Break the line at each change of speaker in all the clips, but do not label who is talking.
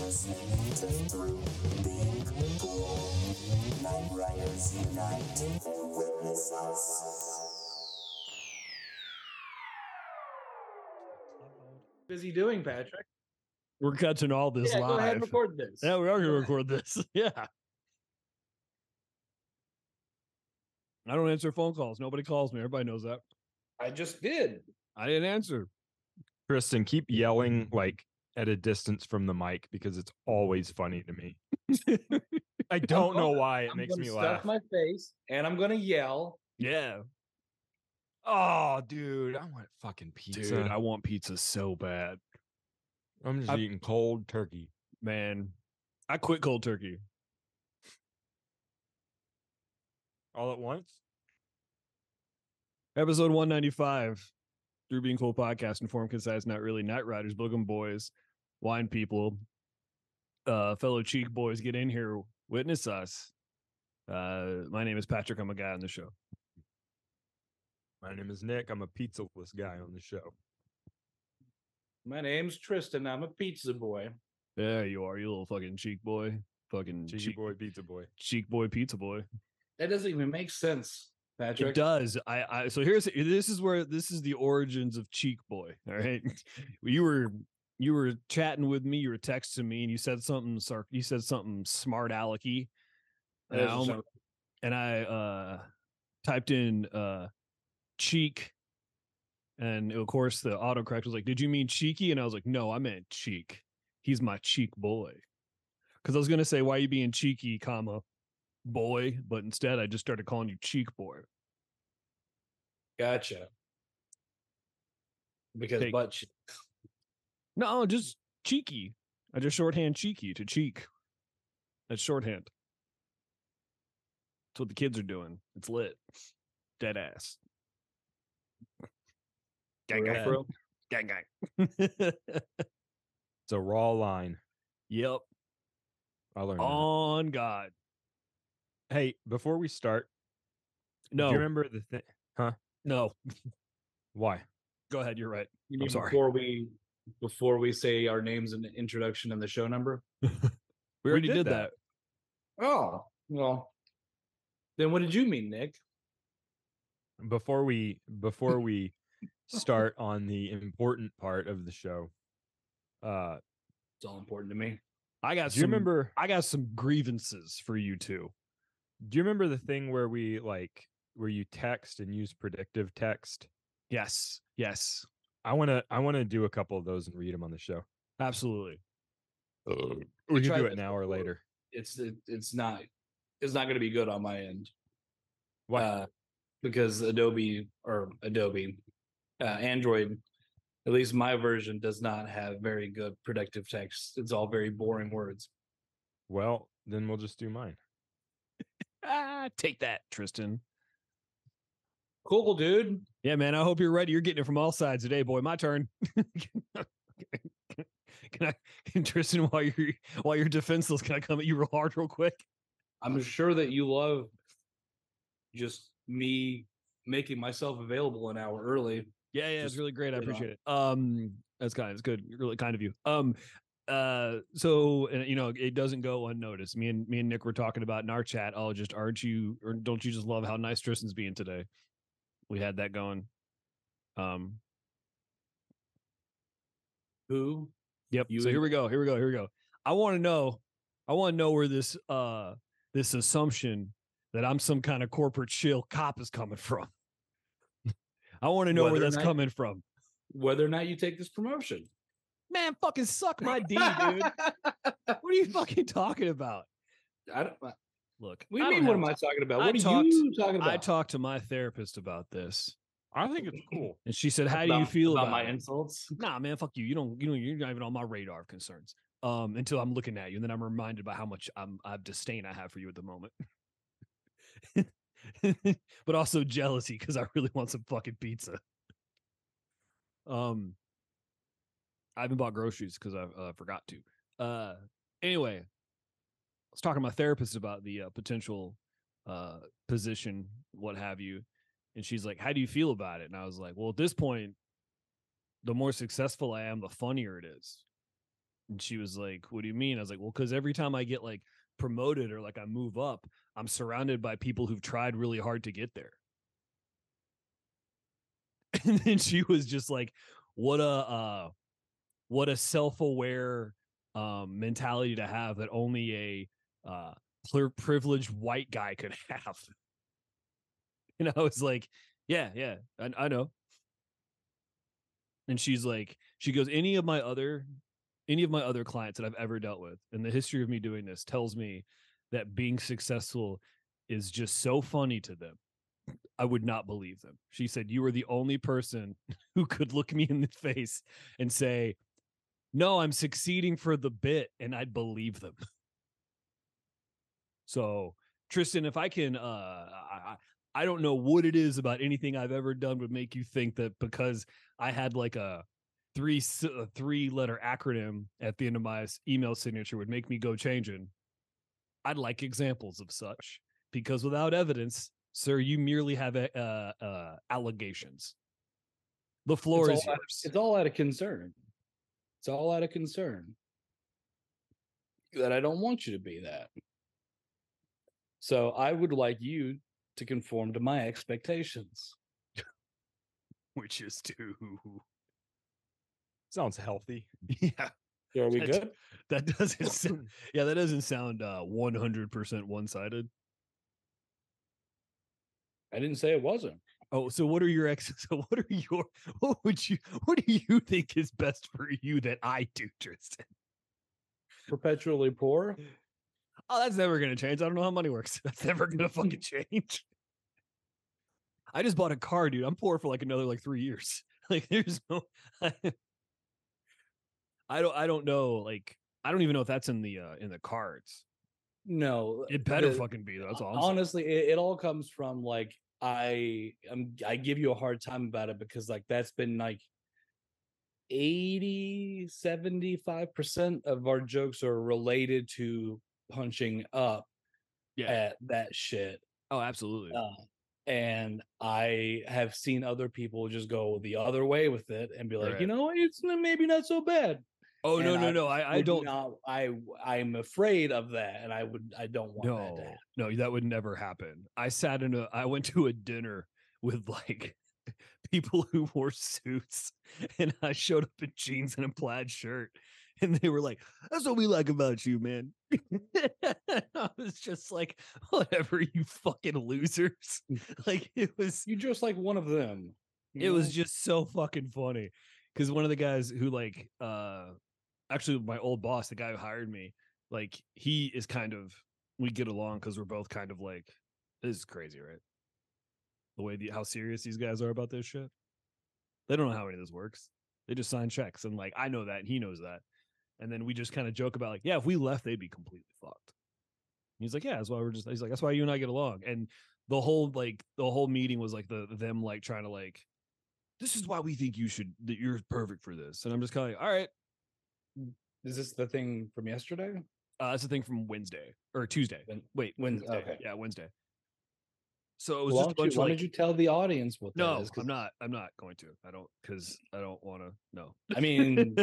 listening to Being Cool. Night Riders Unite. Witness us.
Busy doing, Patrick.
We're catching all this
yeah,
live.
go ahead and record this.
Yeah, we are going to record this. Yeah. I don't answer phone calls. Nobody calls me. Everybody knows that.
I just did.
I didn't answer.
Kristen, keep yelling like at a distance from the mic because it's always funny to me. I don't know why it
I'm
makes
gonna
me
stuff
laugh.
my face, and I'm gonna yell.
Yeah.
oh, dude, I want fucking pizza.
Dude, I want pizza so bad.
I'm just
I-
eating cold turkey.
Man, I quit cold turkey.
All at once?
Episode 195, Through Being Cool Podcast, Informed Concise, Not Really, Night Riders, Boogum Boys, Wine People, uh, fellow Cheek Boys, get in here, witness us. Uh, my name is Patrick. I'm a guy on the show.
My name is Nick. I'm a pizzaless guy on the show.
My name's Tristan. I'm a pizza boy.
There you are, you little fucking Cheek Boy. Fucking
Cheeky
cheek,
boy, pizza boy.
cheek boy, pizza boy.
That doesn't even make sense,
It
Patrick.
does. I, I so here's this is where this is the origins of Cheek Boy. All right. You were you were chatting with me, you were texting me, and you said something sarc you said something smart alecky.
That
And I,
doesn't
almo-
sound-
and I uh typed in uh cheek and of course the autocorrect was like, Did you mean cheeky? And I was like, No, I meant cheek. He's my cheek boy. Cause I was gonna say, why you being cheeky, comma boy, but instead I just started calling you cheek boy.
Gotcha. Because
Take-
butt cheek.
No, just cheeky. I just shorthand cheeky to cheek. That's shorthand. That's what the kids are doing. It's lit. Dead ass. Gang
Real
gang.
bro.
Gang gang.
It's a raw line.
yep.
I learned. that.
On God.
hey, before we start, do
No.
you remember the thing?
no.
Why?
Go ahead. You're right.
You mean
sorry.
before we before we say our names and introduction and the show number?
We already did, that.
Oh, well. Then what did you mean, Nick?
before we before we start on the important part of the show uh
It's all important to me.
I got
do
some
you remember
I got some grievances for you two.
do you remember the thing where we like where you text and use predictive text
Yes. Yes.
i want to i want to do a couple of those and read them on the show
Absolutely.
we can
Uh, tried
do it
this
now or
before.
later
It's it, it's not it's not going to be good on my end.
Why?
Uh, because Adobe or Adobe uh, Android, at least my version does not have very good predictive text. It's all very boring words.
well then we'll just do mine
Ah, take that, Tristan.
Cool, dude.
Yeah, man. I hope you're ready. You're getting it from all sides today, boy. My turn. can I, can Tristan, while you're while you're defenseless, can I come at you real hard, real quick?
I'm sure that you love just me making myself available an hour early.
Yeah, yeah, it's
Just
really great. I
straight on.
appreciate it. Um, that's kind. It's good. Really kind of you. Um, uh, so and you know, it doesn't go unnoticed. Me and me and Nick were talking about in our chat. Oh, just aren't you or don't you just love how nice Tristan's being today? We had that going. Um,
Who?
Yep.
You
so here
and-
we go. Here we go. Here we go. I want to know. I want to know where this uh this assumption that I'm some kind of corporate shill cop is coming from. I want to know where
Whether or
that's
not-
coming from.
Whether or not you take this promotion.
Man, fucking suck my D, dude. what are you fucking talking about?
I don't, what
Look,
do you
I don't
mean? What
have
am I
time.
talking about?
I
What are
talked-
you talking about?
I talked to my therapist about this,
i think it's cool
and she said, "How do you
About-
feel
about
about,
my
it?"
insults?
Nah, man, fuck you. You don't. You don't. You're not even on my radar of concerns. Um, until I'm looking at you, and then I'm reminded by how much I'm I've disdain I have for you at the moment, but also jealousy because I really want some fucking pizza. Um, I haven't bought groceries because I uh, forgot to. Uh, anyway, I was talking to my therapist about the uh, potential uh position, what have you, and she's like, "How do you feel about it?" And I was like, "Well, at this point." the more successful I am, the funnier it is. And she was like, What do you mean? I was like, Well, because every time I get like promoted or like I move up, I'm surrounded by people who've tried really hard to get there. And then she was just like, What a uh what a self-aware um mentality to have that only a uh pl- privileged white guy could have. And I was like, Yeah, yeah, I, I know. And she's like, she goes, any of my other any of my other clients that I've ever dealt with and the history of me doing this tells me that being successful is just so funny to them. I would not believe them. She said, You were the only person who could look me in the face and say, No, I'm succeeding for the bit, and I'd believe them. So, Tristan, if I can, uh, I, I don't know what it is about anything I've ever done would make you think that because I had like a three three letter acronym at the end of my s- email signature would make me go changing. I'd like examples of such because without evidence, sir, you merely have uh, uh, allegations. The floor
It's
is
all-
yours.
It's all out of concern. It's all out of concern that I don't want you to be that. So I would like you to conform to my expectations.
Which is to
Sounds healthy.
yeah,
Are we
That's-
good?
that doesn't sound, yeah, that doesn't sound uh one hundred percent one sided.
I didn't say it wasn't.
Oh, so what are your ex? So what are your what would you what do you think is best for you that I do, Tristan?
Perpetually poor.
Oh, that's never gonna change. I don't know how money works. That's never gonna fucking change. I just bought a car, dude. I'm poor for like another like three years. Like there's no I don't I don't know, like I don't even know if that's in the uh in the cards.
No.
It better
the-
fucking be though. That's all I'm saying.
honestly it, it all comes from like i am i give you a hard time about it because like that's been like 80 75% of our jokes are related to punching up
Yeah.
at that shit
Oh, absolutely.
uh, and i have seen other people just go the other way with it and be like you
Right.
know it's n- maybe not so bad
oh no,
and
no,
I
no. I, I
would
don't
not, i i'm afraid of that and i would i don't want that to
no,
happen
no, that would never happen. I sat in a, I went to a dinner with like people who wore suits, and I showed up in jeans and a plaid shirt, and they were like, "That's what we like about you, man." I was just like, "Whatever, you fucking losers!" Like it was,
you just like one of them you
it was
know?
just so fucking funny because one of the guys who like uh actually my old boss the guy who hired me like he is kind of we get along because we're both kind of like this is crazy right the way the how serious these guys are about this shit they don't know how any of this works they just sign checks and like i know that and he knows that and then we just kind of joke about like yeah if we left they'd be completely fucked And he's like yeah that's why we're just he's like that's why you and i get along and the whole like the whole meeting was like the them like trying to like this is why we think you should that you're perfect for this and i'm just kind of like all right
Is this the thing from yesterday?
uh that's the thing from wednesday or tuesday
Wen-
wait
Wednesday, okay.
yeah wednesday so it was
Why,
just a
don't you,
bunch of
why
like
don't you tell the audience what that
no
is? 'Cause,
i'm not i'm not going to i don't because i don't want to no
I mean,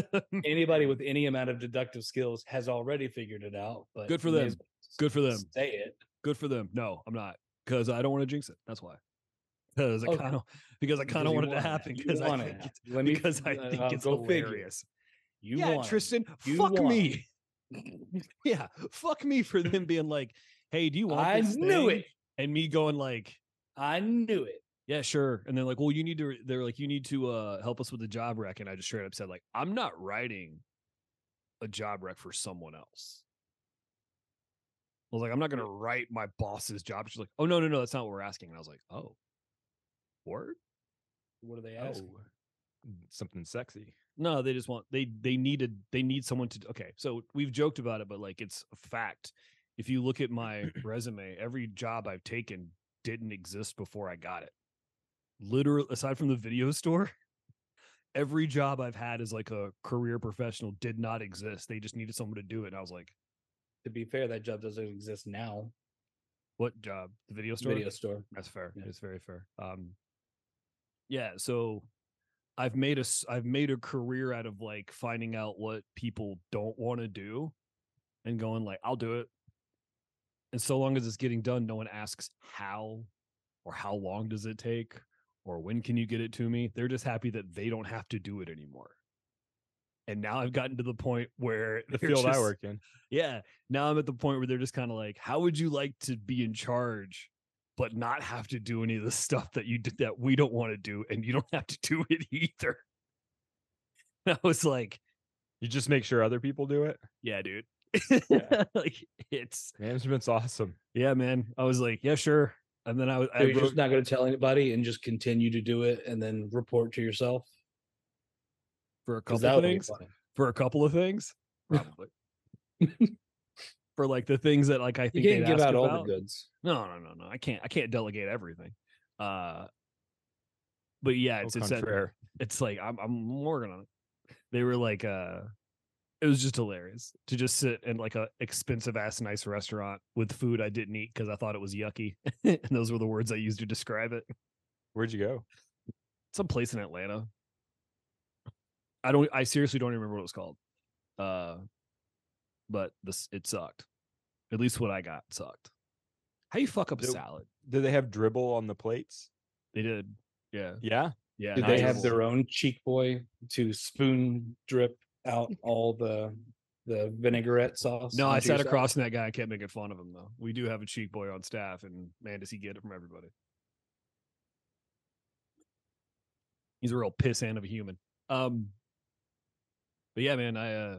anybody with any amount of deductive skills has already figured it out. But
Good for
you may
them.
as well
good for them
Say it.
good for them no i'm not because i don't want to jinx it that's why because i
Okay.
kind of because i
because
kind of
you
want it to
want it.
happen
You
because i
want
think
it.
it's,
Let me-
because i
uh,
think
uh,
it's
go figure.
hilarious
You
yeah,
want it.
Tristan,
You
fuck
won.
me. yeah, fuck me for them being like, "Hey, do you want?"
I
this
knew
thing?"
it.
and me going like,
I knew it.
"Yeah, sure." And they're like, "Well, you need to." They're like, "You need to uh, help us with the job rec." And I just straight up said, "Like, I'm not writing a job rec for someone else." I was like, "I'm not going to write my boss's job." She's like, "Oh no, no, no, that's not what we're asking." And I was like, "Oh, word."
What are they
Oh,
asking?
something sexy.
No, they just want they they needed they need someone to okay. So we've joked about it, but like it's a fact. If you look at my resume, every job I've taken didn't exist before I got it. Literally aside from the video store, every job I've had as like a career professional did not exist. They just needed someone to do it. And I was like,
To be fair, that job doesn't exist now.
what job? The video store?
Video store.
That's fair.
Yeah.
It's very fair. Um yeah, so I've made a s- I've made a career out of like finding out what people don't want to do and going like I'll do it. And so long as it's getting done, no one asks how or how long does it take or when can you get it to me? They're just happy that they don't have to do it anymore. And now I've gotten to the point where
The
they're
field I
just-
work in.
yeah. Now I'm at the point where they're just kind of like, how would you like to be in charge, but not have to do any of the stuff that you did that we don't want to do, and you don't have to do it either. And I was like,
You just make sure other people do it.
yeah, dude.
Yeah.
like it's
Management's awesome.
yeah, man. I was like, yeah, sure. And then I was I
You're
wrote,
just not going to tell anybody and just continue to do it and then report to yourself.
for a
'Cause
couple
that would be
things.
funny.
For a couple of things. Probably. for like the things that like I
You
think
can't
they'd
give
ask
out all
about.
the goods.
No, no, no, no. I can't. I can't delegate everything. Uh, but yeah,
Au
it's it's, that-
contraire.
it's like I'm I'm working on it. They were like, uh, it was just hilarious to just sit in like a expensive ass nice restaurant with food I didn't eat because I thought it was yucky, and those were the words I used to describe it.
Where'd you go?
Some place in Atlanta. I don't. I seriously don't remember what it was called. Uh, but this it sucked. At least what I got sucked. How you fuck up a
Nope.
salad?
Did they have dribble on the plates?
They did. Yeah.
Yeah.
Yeah.
Did they have
Nice.
their own cheek boy to spoon drip out all the the vinaigrette sauce?
No, I
onto your
sat
salad?
across from that guy. I kept making fun of him though. We do have a cheek boy on staff, and man, does he get it from everybody. He's a real pissant of a human. Um, but yeah, man, I uh,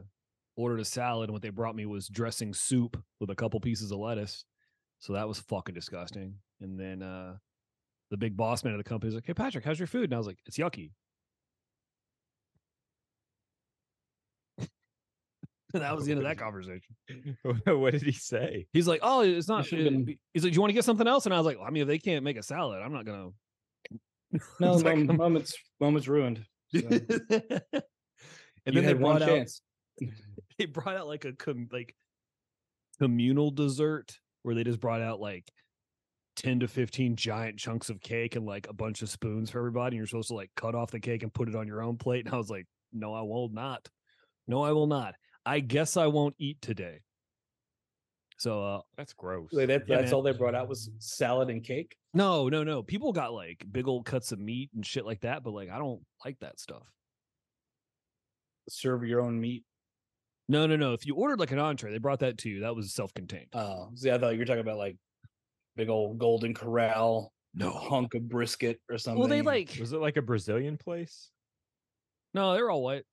ordered a salad, and what they brought me was dressing soup with a couple pieces of lettuce. So that was fucking disgusting. And then uh, the big boss man of the company was like, "Hey, Patrick, how's your food?" And I was like, "It's yucky." and that was the end of that conversation.
what did he say?
He's like, oh, it's not.
should've
it-
been-
He's like, do you want to get something else? And I was like, well, I mean, if they can't make a salad, I'm not gonna.
No,
It's like,
mom-
I'm-
moments moments ruined. So, you
and then they
had one
brought out
chance.
they brought out like a com- like communal dessert where they just brought out like ten to fifteen giant chunks of cake and like a bunch of spoons for everybody. And you're supposed to like cut off the cake and put it on your own plate. And I was like, no, I will not. No, I will not. I guess I won't eat today. So uh,
That's gross.
Like, that-
Yeah,
that's
man.
all they brought out was salad and cake.
No, no, no. People got like big old cuts of meat and shit like that, but like I don't like that stuff.
Serve your own meat.
No, no, no. If you ordered like an entree, they brought that to you. That was self-contained.
Oh, see, I thought you were talking about like big old golden corral hunk of brisket or something.
Well, they like
Was it like a Brazilian place?
no, they were all white.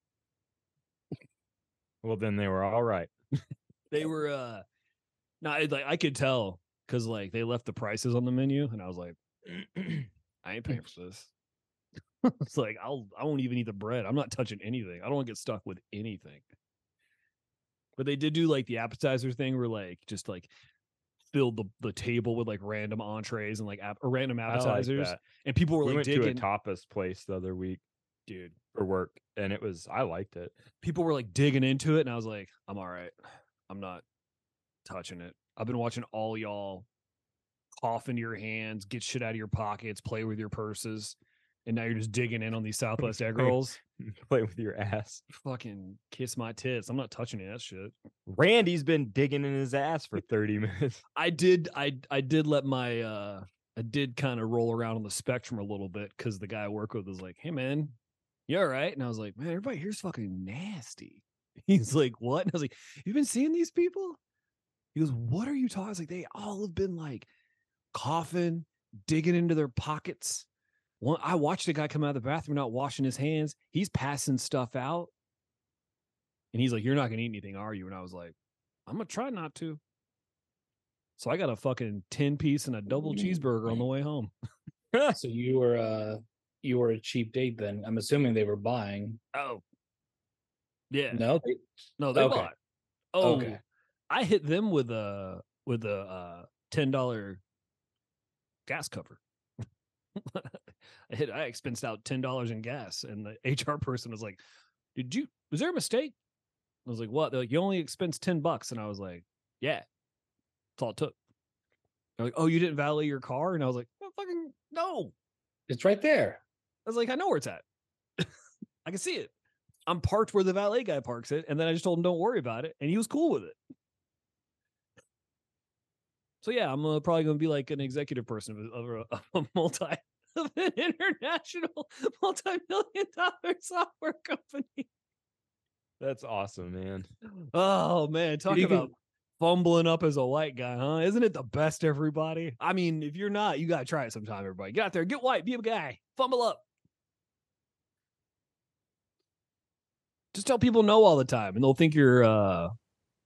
Well, then they were all right.
They were uh no, I, like I could tell because like they left the prices on the menu, and I was like, I ain't paying for this. it's like I'll I won't even eat the bread. I'm not touching anything. I don't want to get stuck with anything. But they did do like the appetizer thing where like just like filled the, the table with like random entrees and like app, or random
I like
appetizers.
that.
and people were
we
like
went to a
digging
tapas place the other week, dude, for work, and it was I liked it.
people were like digging into it and I was like, I'm all right. I'm not touching it. I've been watching all y'all cough into your hands, get shit out of your pockets, play with your purses. And now you're just digging in on these Southwest egg
Play-
rolls.
Play with your ass.
Fucking kiss my tits. I'm not touching that shit.
Randy's been digging in his ass for thirty minutes.
I did I I did let my uh I did kind of roll around on the spectrum a little bit because the guy I work with was like, Hey man, you all right? And I was like, Man, everybody here's fucking nasty. He's like, What? And I was like, You've been seeing these people? He goes, What are you talking? I was like, they all have been like coughing, digging into their pockets. One I watched a guy come out of the bathroom not washing his hands. He's passing stuff out. And he's like, You're not gonna eat anything, are you? And I was like, I'm gonna try not to. So I got a fucking 10 piece and a double cheeseburger on the way home.
so you were uh you were a cheap date then. I'm assuming they were buying.
Oh. Yeah. No,
No, they,
they
okay.
bought. Oh.
Okay.
I hit them with a with a uh, $10 gas cover. I hit I expensed out $10 in gas and the HR person was like, "Did you was there a mistake?" I was like, "What?" They're like, "You only expensed 10 bucks." And I was like, "Yeah." That's all it took. They're like, "Oh, you didn't valet your car?" And I was like, "Oh, "Fucking no."
it's right there.
I was like, I know where it's at. I can see it. I'm parked where the valet guy parks it, and then I just told him don't worry about it, and he was cool with it. So yeah, I'm uh, probably going to be like an executive person of, a- of a, of a multi of an international multi-million dollar software company.
That's awesome, man.
Oh man, talk
you can-
about fumbling up as a white guy, huh? Isn't it the best, everybody? I mean, if you're not, you gotta try it sometime, everybody. Get out there, get white, be a guy, fumble up. Just tell people no all the time, and they'll think you're uh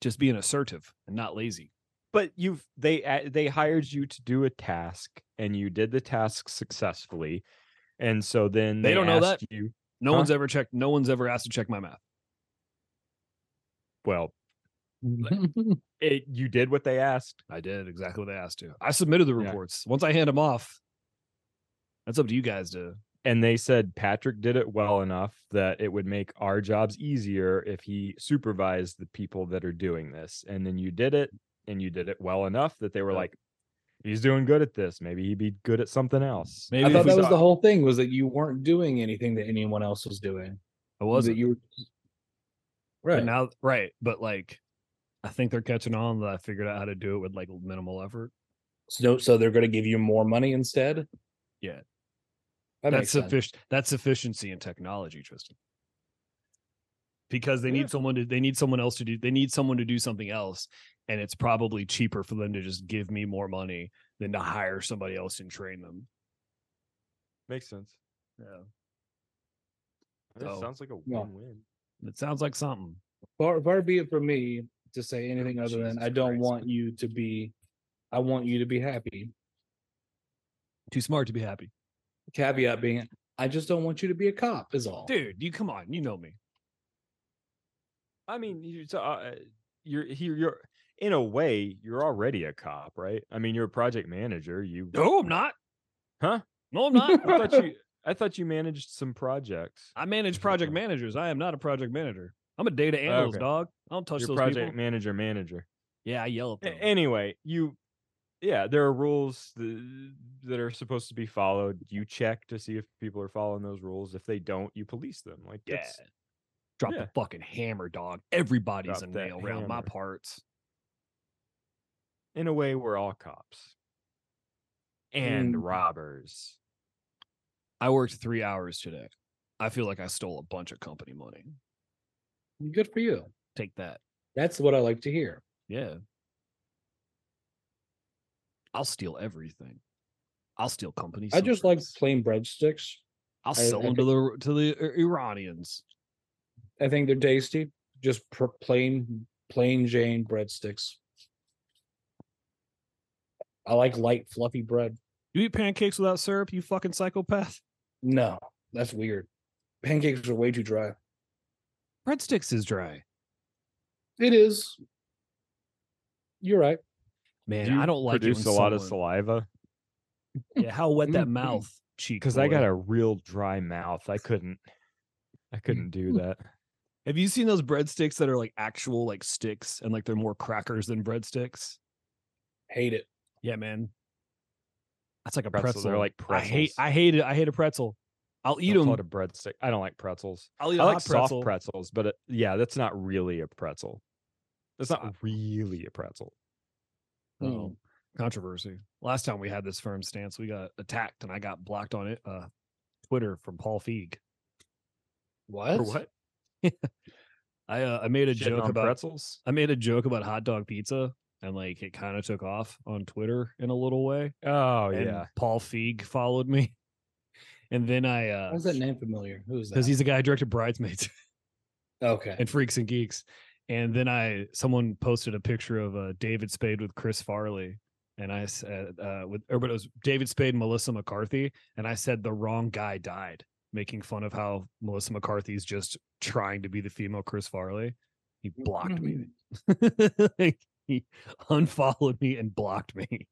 just being assertive and not lazy.
But you've they a- they hired you to do a task, and you did the task successfully, and so then
They
they,
don't know that.
asked you.
No
Huh?
one's ever checked. No one's ever asked to check my math.
Well,
Mm-hmm.
it, you did what they asked.
I did exactly what they asked to. I submitted the
Yeah.
reports. Once I hand them off, that's up to you guys to
and they said Patrick did it well enough that it would make our jobs easier if he supervised the people that are doing this. And then you did it, and you did it well enough that they were
Yeah.
like, "He's doing good at this. Maybe he'd be good at something else."
maybe
I
if
thought
we
that was
saw-
the whole thing was that you weren't doing anything that anyone else was doing.
I wasn't.
that you were
But
right
now, right. But like, I think they're catching on that I figured out how to do it with like minimal effort.
So, so they're going to give you more money instead.
Yeah.
that
that's
makes sense.
sufficient. That's efficiency in technology, Tristan. Because they need someone to, they need someone else to do, they need someone to do something else. And it's probably cheaper for them to just give me more money than to hire somebody else and train them.
makes sense.
Yeah.
That
So-
sounds like a
Yeah.
win-win.
It sounds like something.
Far, far be it from me to say anything other than
Oh, Jesus
I don't
Christ.
want you to be. I want you to be happy.
Too smart to be happy.
Caveat being, I just don't want you to be a cop. Is all.
Dude, you come on. You know me.
I mean, you, so, uh, you're here. You're in a way, you're already a cop, right? I mean, you're a project manager. You,
No, I'm not.
Huh?
No, I'm
I
not.
thought you, I thought you managed some projects.
I manage project
Okay.
managers. I am not a project manager. I'm a data analyst,
okay.
dog. I don't touch
Your
those
project
people.
manager, manager.
Yeah, I yell at
A-
them.
anyway, you, yeah, there are rules th- that are supposed to be followed. You check to see if people are following those rules. If they don't, you police them. Like,
yeah.
that's-
Drop
yeah.
the fucking hammer, dog. Everybody's
Drop
a
that
nail around my
hammer.
parts.
in a way, we're all cops and
Mm.
robbers.
I worked three hours today. I feel like I stole a bunch of company money.
Good for you.
Take that.
That's what I like to hear.
Yeah. I'll steal everything. I'll steal companies.
I just like plain breadsticks.
I'll
I-
sell
I
them to the to the Ir- Iranians.
I think they're tasty. Just pr- plain, plain Jane breadsticks. I like light, fluffy bread.
You eat pancakes without syrup, you fucking psychopath.
No, that's weird. Pancakes are way too dry.
Breadsticks is dry.
It is. You're right.
Man,
Do you
I don't like it
produce
when
a lot of
someone-
saliva
Yeah, how wet that
Mm, mm.
mouth cheek?
because I
boy.
got a real dry mouth. I couldn't, I couldn't do that.
Have you seen those breadsticks that are like actual like sticks and like they're more crackers than breadsticks?
Hate it.
Yeah, man. That's like a pretzel.
Pretzel, they're like
I hate.
pretzels.
I hate it. I hate a pretzel. I'll eat
Don't
them.
call it a breadstick. I don't like pretzels.
I'll eat
I
a
like
hot
soft
pretzel.
pretzels, but it, yeah, that's not really a pretzel. That's not
Uh,
really a pretzel.
Hmm.
Oh, controversy. Last time we had this firm stance, we got attacked and I got blocked on it. Uh, Twitter from Paul Feig.
What?
I uh, I made a
Shitting
joke
on
about
pretzels.
I made a joke about hot dog pizza and like it kind of took off on Twitter in a little way.
Oh
and
yeah.
Paul Feig followed me. And then I
Why
uh
is that name familiar? Who is that?
because he's the guy who directed Bridesmaids
okay.
and Freaks and Geeks. And then I someone posted a picture of uh, David Spade with Chris Farley. And I said uh with or but it was David Spade and Melissa McCarthy. And I said the wrong guy died, making fun of how Melissa McCarthy's just trying to be the female Chris Farley. He blocked me. Like, he unfollowed me and blocked me.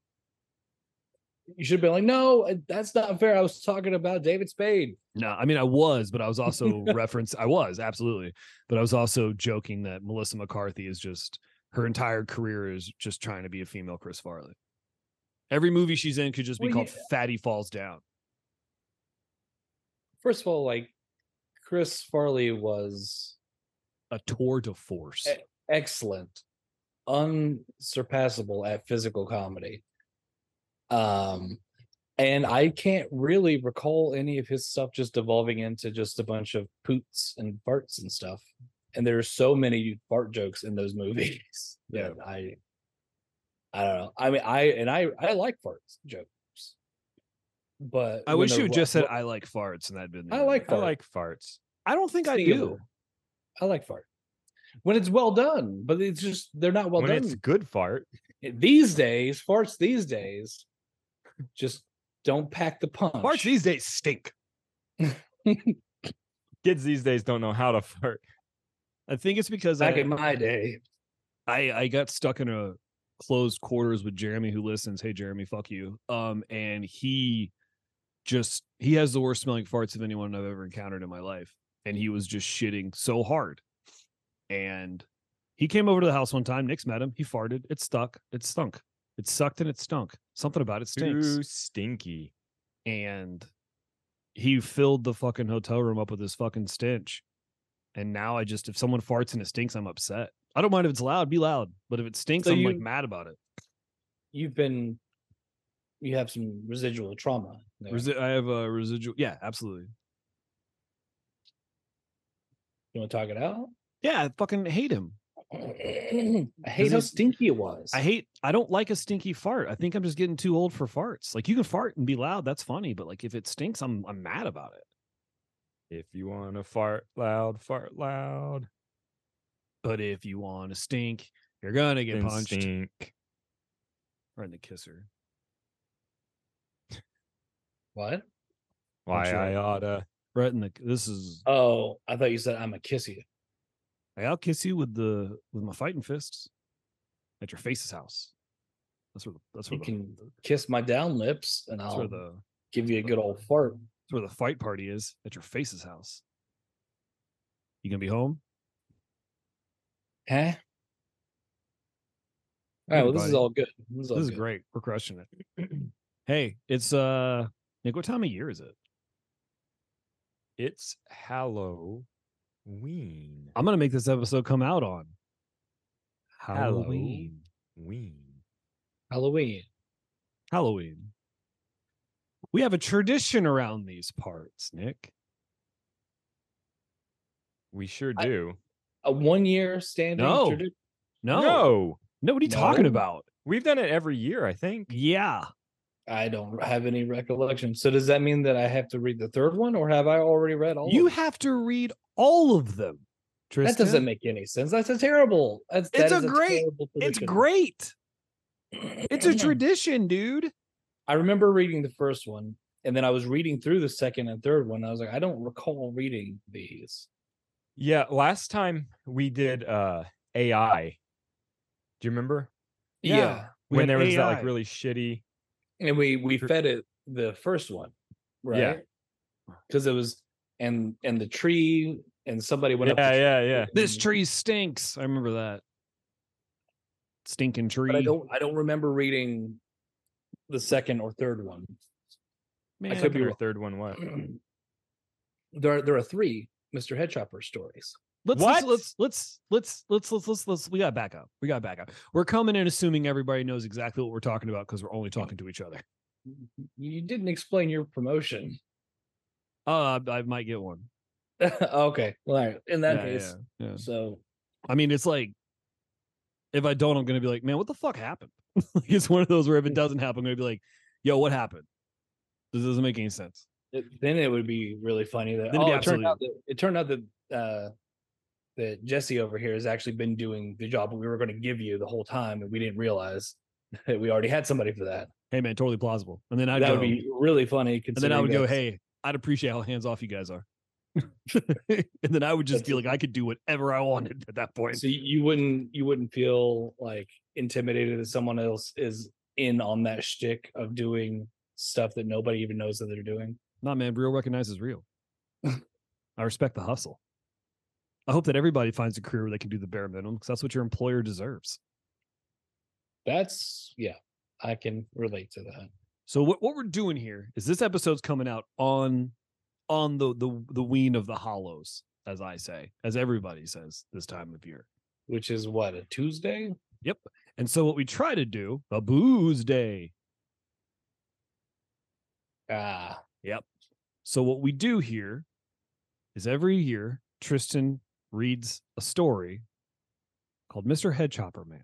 You should be like, no, uh, that's not fair. I was talking about David Spade.
No, I mean I was, but I was also reference I was absolutely, but I was also joking that Melissa McCarthy is just her entire career is just trying to be a female Chris Farley. Every movie she's in could just be
Well,
called Fatty Falls Down.
First of all, like Chris Farley was
a tour de force.
Eh. excellent, unsurpassable at physical comedy. Um, and I can't really recall any of his stuff just devolving into just a bunch of poots and farts and stuff. And there are so many fart jokes in those movies. Yeah, I, I don't know. I mean, I and I I like fart jokes, but
I
when
wish
they're
you had just
ro-
said I like farts and that'd been. the
I
end of
like
it.
I
Fart.
like farts.
I don't think I do.
Singular. I like fart when it's well done, but it's just they're not well
when
done
it's good fart,
these days. Farts these days just don't pack the punch.
Farts these days stink.
kids these days don't know how to fart.
I think it's because
back
I,
in my day.
I I got stuck in a closed quarters with Jeremy who listens. Hey Jeremy, fuck you. Um, and he just he has the worst smelling farts of anyone I've ever encountered in my life, and he was just shitting so hard. And he came over to the house one time. Nick's met him. He farted. It stuck. It stunk. It sucked and it stunk. Something about it stinks.
Too stinky.
and he filled the fucking hotel room up with his fucking stench. And now I just, if someone farts and it stinks, I'm upset. I don't mind if it's loud, be loud. But if it stinks,
So
I'm like
you-
mad about it.
You've been, you have some residual trauma. there.
Resi- I have a residual. Yeah, absolutely.
you want to talk it out?
Yeah, I fucking hate him.
I hate how
it-
stinky it was.
I hate, I don't like a stinky fart. I think I'm just getting too old for farts. Like you can fart and be loud. That's funny. But like if it stinks, I'm, I'm mad about it.
If you want to fart loud, fart loud.
But if you want to stink, you're going to get
then
punched.
Stink.
Right in the kisser.
what?
Why
sure.
I oughta.
Right in the, this is,
Oh, I thought you said I'm a kiss you.
Like, I'll kiss you with the with my fighting fists at your face's house. That's where the that's where
You
the
can um kiss my down lips, and
that's
I'll
where the
give you a good old fart.
that's where the fight party is at your face's house. You gonna be home?
Huh? All right. Well, this is
Everybody.
all good. This is, all
this is
good.
great. We're crushing it. hey, it's uh Nick. What time of year is it?
It's Halloween.
I'm gonna make this episode come out on
Halloween.
Halloween.
Halloween. We have a tradition around these parts, Nick.
We sure
I-
do.
A one year standing.
No.
tradi-
No,
no,
no what are you talking
No.
about?
we've done it every year, I think.
Yeah.
I don't have any recollection. So does that mean that I have to read the third one, or have I already read all?
you
of them?
have to read all of them.
That
Tristan.
doesn't make any sense. That's a terrible. That's that
It's a
is
great-
terrible
It's
tradition.
great. It's a tradition, dude.
I remember reading the first one, and then I was reading through the second and third one. I was like, I don't recall reading these.
Yeah, last time we did uh AI. Do you remember?
Yeah, We had
when there was that like
AI.
really shitty
and we we fed it the first one,
Yeah.
right? Because it was and and the tree and somebody went up.
Yeah,
the
yeah, yeah.
this
and-
tree stinks. I remember that stinking tree.
But I don't I don't remember reading the second or third one.
Man,
could
Second
be
or
wrong.
third one
Mm.
was.
there are, there are three Mr. Headchopper stories.
Let's,
What?
Let's, let's let's let's let's let's let's we got back up. We got back up. We're coming in assuming everybody knows exactly what we're talking about because we're only talking to each other.
You didn't explain your promotion.
Uh, I might get one.
okay, well, all right. In that
Yeah,
case,
yeah, yeah.
so
I mean, it's like if I don't, I'm gonna be like, man, what the fuck happened? Like, it's one of those where if it doesn't happen, I'm gonna be like, yo, what happened? This doesn't make any sense.
it- then it would be really funny that
Then it'd
oh,
be
it turned out that it turned out that uh, that Jesse over here has actually been doing the job we were going to give you the whole time, and we didn't realize that we already had somebody for that.
Hey man, totally plausible. And then I'd
that
go,
would be really funny.
and then I
considering
would go,
that's-
hey, I'd appreciate how hands off you guys are. and then I would just be like, I could do whatever I wanted at that point.
so you wouldn't you wouldn't feel like intimidated that someone else is in on that shtick of doing stuff that nobody even knows that they're doing.
Nah, man, real recognizes real. I respect the hustle. I hope that everybody finds a career where they can do the bare minimum because that's what your employer deserves.
That's yeah, I can relate to that.
So what, what we're doing here is this episode's coming out on on the the the ween of the hollows, as I say, as everybody says this time of year.
which is what a Tuesday.
And so what we try to do, a booze day.
Ah,
So what we do here is every year Tristan reads a story called Mr. Headchopper Man.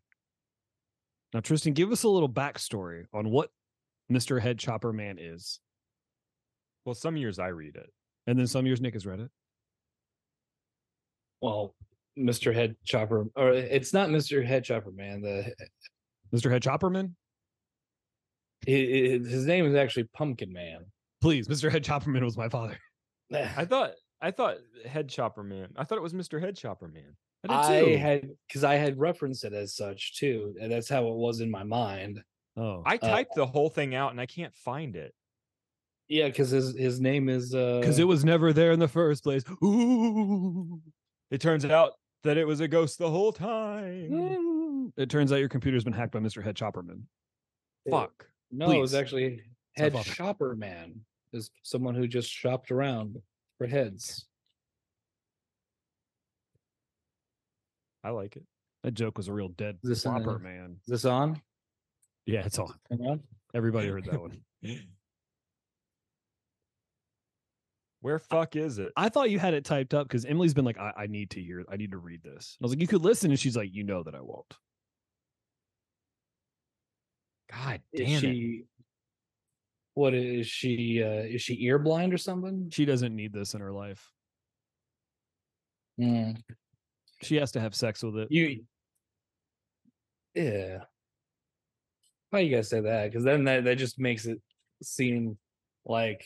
Now, Tristan, give us a little backstory on what Mr. Headchopper Man is.
Well, some years I read it.
And then some years Nick has read it.
well, Mr. Head Chopper, or it's not Mr. Head Chopper, man. The
Mr. Headchopper Man?
hi- hi- his name is actually Pumpkin Man.
Please, Mr. Headchopper Man was my father.
I thought I thought Head Chopper Man. I thought it was Mr. Head Chopper Man.
I had because I had referenced it as such too, and that's how it was in my mind.
oh,
I typed the whole thing out and I can't find it.
Yeah, because his his name is
because
uh, Mm.
it was never there in the first place. Ooh.
It turns out that it was a ghost the whole time.
It turns out your computer's been hacked by Mr. Headchopperman.
Fuck.
no, it was
please.
actually
Sorry,
Head
Papa.
Shopper Man is someone who just shopped around for heads.
I like it.
That joke was a real dead
This and
flopper,
that.
man.
Is this on?
Yeah, it's on.
Hang on.
Everybody heard that one.
Where fuck is it?
I thought you had it typed up because Emily's been like, I-, I need to hear, I need to read this. And I was like, you could listen. And she's like, you know that I won't.
God
Is
damn it.
she? What is she? Uh, is she ear blind or something?
She doesn't need this in her life.
Mm.
She has to have sex with it.
You. Yeah. Why you gotta say that? Because then that, that just makes it seem like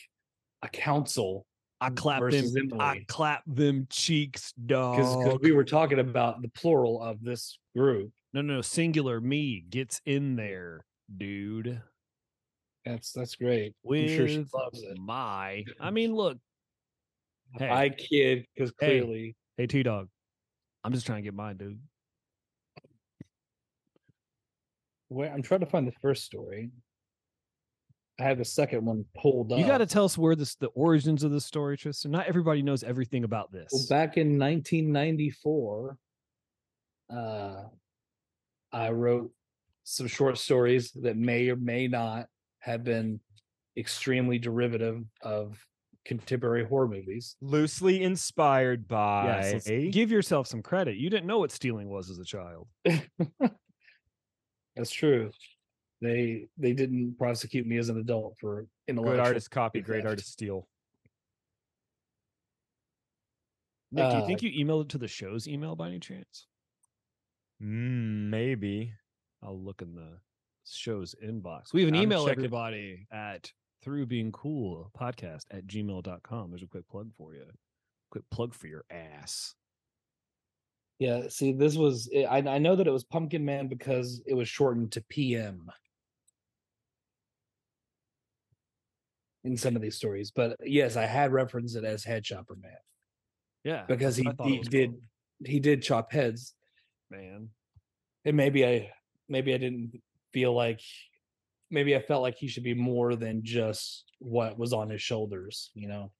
a council
I clap
versus
them. I
Emily.
clap them cheeks, dog.
because we were talking about the plural of this group.
no, no, singular me gets in there, dude.
That's that's great. I'm
With
sure she loves it.
my, I mean, look. Hey,
I kid because
Hey.
clearly
hey, T Dog. I'm just trying to get mine, dude.
where I'm trying to find the first story. I have the second one pulled up.
You got to tell us where this, the origins of this story, Tristan. Not everybody knows everything about this.
Well, back in 1994, uh, I wrote some short stories that may or may not have been extremely derivative of contemporary horror movies.
Loosely inspired
Yes,
by
let's give yourself some credit. You didn't know what stealing was as a child.
That's true. They they didn't prosecute me as an adult for
good
intellectual.
artist copy, great
theft.
artist steal.
Nick, do you
Uh,
think you emailed it to the show's email by any chance?
Mm, maybe.
I'll look in the show's inbox. We have an
I'm
email,
checking-
everybody, at through being cool podcast at gmail.com. There's a quick plug for you. Quick plug for your ass.
Yeah, see, this was eh, I, I I know that it was Pumpkin Man because it was shortened to PM in some of these stories. But eh, yes, I had referenced it as Head Chopper Man
Yeah.
because
that's
he,
what I thought it
he
was
did
called,
he did chop heads,
man.
and maybe I maybe I didn't feel like maybe I felt like he should be more than just what was on his shoulders, you know,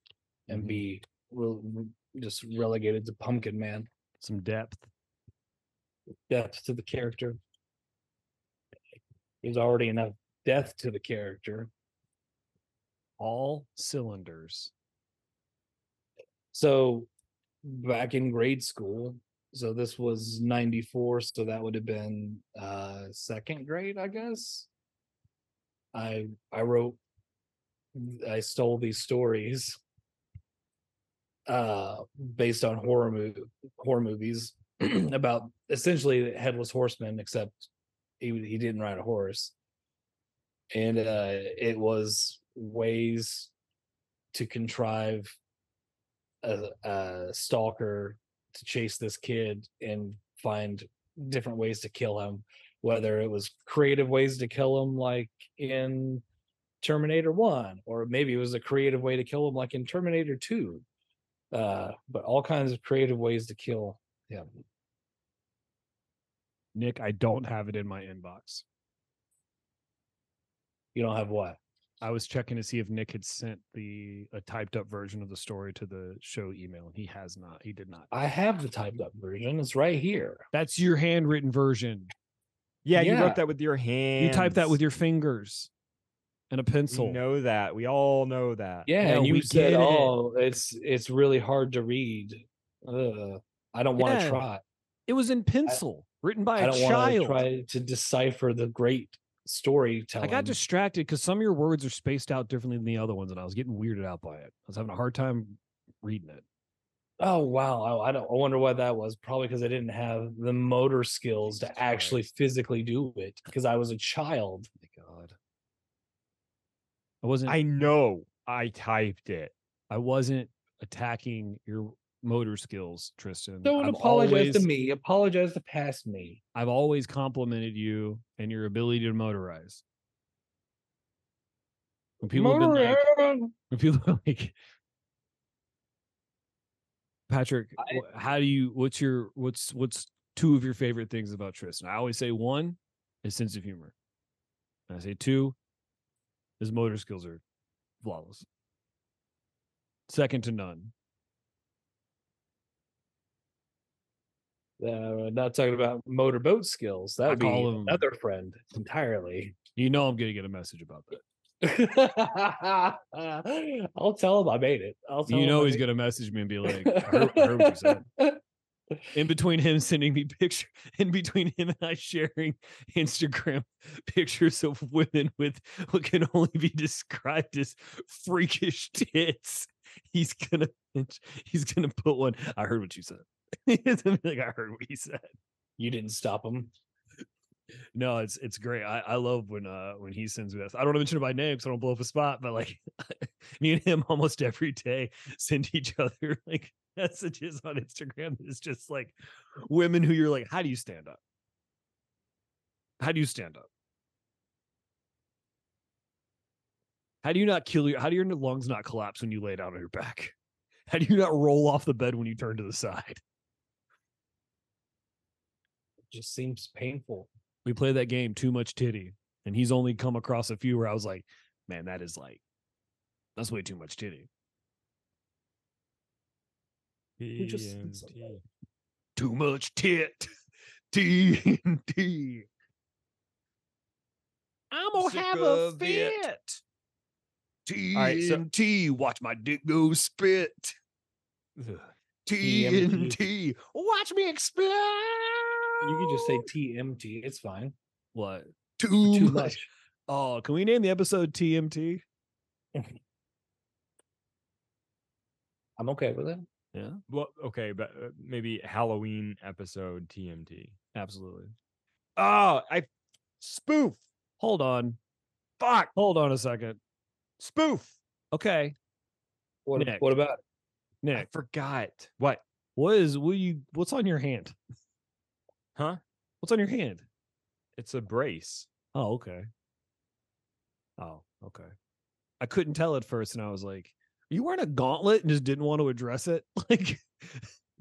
and
Mhm.
be re- re- just relegated to Pumpkin Man.
Some depth.
depth to the character. There's already enough death to the character.
All cylinders.
So back in grade school, so this was 94, so that would have been uh second grade, I guess. I I wrote I stole these stories uh based on horror movie horror movies about essentially the headless horseman except he w- he didn't ride a horse and uh it was ways to contrive a, a stalker to chase this kid and find different ways to kill him whether it was creative ways to kill him like in terminator 1 or maybe it was a creative way to kill him like in terminator 2 uh but all kinds of creative ways to kill him
Nick, I don't have it in my inbox.
you don't have what
I was checking to see if Nick had sent the a typed up version of the story to the show email, and he has not. He did not.
I have the typed up version. It's right here.
That's your handwritten version.
Yeah, you
Yeah.
wrote that with your hand.
You type that with your fingers and a pencil.
We know that. We all know that.
Yeah,
Yeah,
and
we
you said,
get it.
"Oh, it's it's really hard to read. Ugh, I don't want to
Yeah.
try.
It was in pencil, written by
I
a
don't want to
child.
try to decipher the great
I
storytelling."
got distracted because some of your words are spaced out differently than the other ones, and I was getting weirded out by it. I was having a hard time reading it.
Oh wow! Oh, I don't. I wonder why that was. Probably because I didn't have the motor skills to
Jesus
actually
Christ.
physically do it. Because I was a child.
Thank Oh God. I wasn't.
I know. I typed it.
I wasn't attacking your motor skills, Tristan.
Don't
I've
apologize to
always-
me. Apologize to past me.
I've always complimented you and your ability to motorize. When people have been like,
Motor-
when people are like, Patrick,
I-
wh- how do you? What's your? What's what's two of your favorite things about Tristan? I always say one is sense of humor. And I say two, his motor skills are flawless, second to none.
Uh, not talking about motorboat skills. That
I
would be
call 'em-
another friend entirely.
You know I'm gonna get a message about that.
I'll tell him I made it. I'll tell
you
him
know
I
he's
made
gonna message me and be like, I
it.
heard, I heard what you said. In between him sending me picture, in between him and I sharing Instagram pictures of women with what can only be described as freakish tits, he's gonna pinch- he's gonna put one. I heard what you said. He's gonna be like I heard what you said.
You didn't stop him.
No, it's it's great. I, I love when uh when he sends me that. I don't wanna mention it by name because I don't blow up a spot, but like me and him almost every day send each other like messages on Instagram. It's just like women who you're like, how do you stand up? How do you stand up? How do you not kill your? How do your lungs not collapse when you lay down on your back? How do you not roll off the bed when you turn to the side?
just seems painful.
we play that game too much titty and he's only come across a few where i was like man that is like that's way too much titty
just said
TMT.
something.
too much tit tnt i'm gonna
Sick
have a
of
fit
it. right, so-
tnt watch my dick go spit
Ugh.
TMT.
tnt watch me explode
You can just say TMT. It's fine.
what
Too,
Too
much.
much.
oh can we name the episode tmt
I'm okay with it.
Well, okay, but uh, maybe Halloween episode TMT.
absolutely
Oh, I spoof.
hold on
Fuck.
hold on a second
Spoof.
okay
What,
Nick.
what about
nick
I forgot. What?
What is will you what's on your hand?
Huh?
What's on your hand?
It's a brace.
Oh, okay. Oh, okay. I couldn't tell at first and I was like, Are you wearing a gauntlet and just didn't want to address it? Like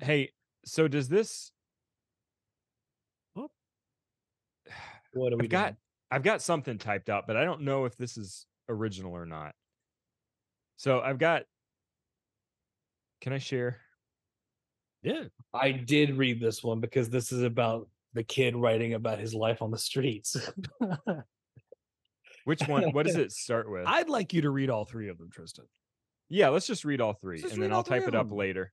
Hey, so does this
what do we
I've got I've got something typed out, but I don't know if this is original or not. So I've got Can I share?
Yeah.
I did read this one because this is about the kid writing about his life on the streets.
Which one? What does it start with?
I'd like you to read all three of them, Tristan.
yeah, let's just read all 3
just
and
read
then
all
I'll
three
type
of
it up
them.
later.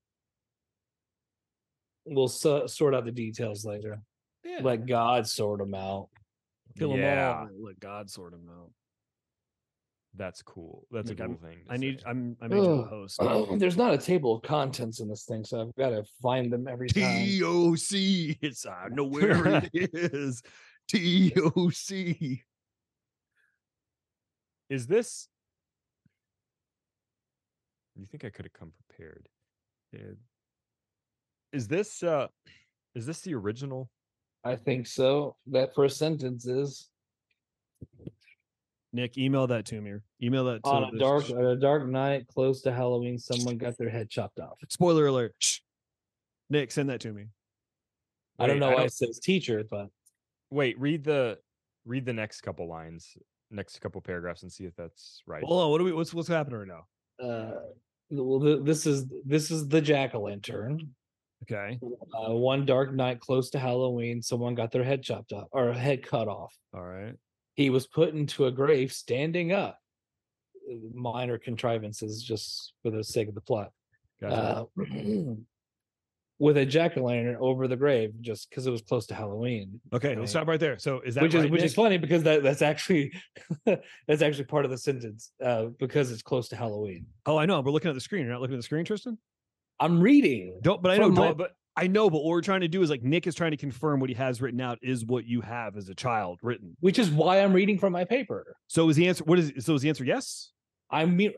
we'll so- sort out the details later.
Yeah.
Let God sort them out.
kill
yeah,
them all. Let God sort them out.
That's cool. That's
Like,
a
I'm-
cool thing. to
I need
say.
I'm I made you a
Ugh.
host.
There's not a table of contents in this thing, so I've got to find them every time.
T O C. It's I know where it is. T O C.
Is this You think I could have come prepared? Dude. Is this uh is this the original?
I think so. That first sentence is
Nick, email that to me. or Email that to
on a
the-
dark on a dark night, close to Halloween, someone got their head chopped off.
Spoiler alert. Shh. Nick, send that to me.
I don't
Wait,
know
I
why
don't-
it says teacher, but
Wait, read the read the next couple lines next couple paragraphs and see if that's right.
Hold on, what do we? What's what's happening right now?
Uh, well, th- this is this is the jack o' lantern.
Okay,
Uh, one dark night, close to Halloween, someone got their head chopped off or head cut off.
all right.
He was put into a grave standing up. Minor contrivances, just for the sake of the plot.
Gotcha.
uh, with a jack o' lantern over the grave, just because it was close to Halloween.
okay, let's
right.
stop right there. So is that
which
right,
is which
Nick?
is funny because that that's actually that's actually part of the sentence uh, because it's close to Halloween.
Oh, I know. We're looking at the screen. You're not looking at the screen, Tristan.
I'm reading.
Don't. But I know.
From my-
don't, but I know. But what we're trying to do is like Nick is trying to confirm what he has written out is what you have as a child written.
which is why I'm reading from my paper.
So is the answer? What is? So is the answer yes?
I mean,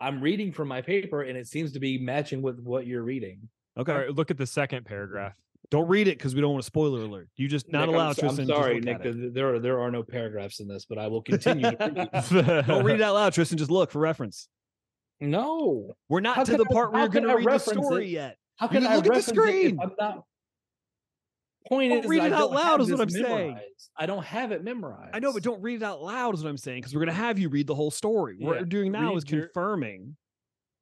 I'm reading from my paper, and it seems to be matching with what you're reading.
Okay.
All right, look at the second paragraph.
Don't read it because we don't want a spoiler alert. You just
Nick,
not
I'm
allowed.
so-
Tristan.
I'm
just
sorry,
look
Nick.
at it.
th- There are, there are no paragraphs in this, but I will continue. to read.
Don't read it out loud, Tristan. Just look for reference.
no,
We're not
How
to
can
the
I-
part where
how
you're
can
going to
I
read the
reference it?
story yet.
how
You
can
can
I
look at the
reference it if
screen.
I'm not. Point
Don't
is,
read
I
it out
don't have
loud is what
this
I'm saying.
memorized. I don't have it memorized.
I know, but don't read it out loud. Is what I'm saying because we're going to have you read the whole story. What
Yeah,
we're doing now
read
is
your-
confirming.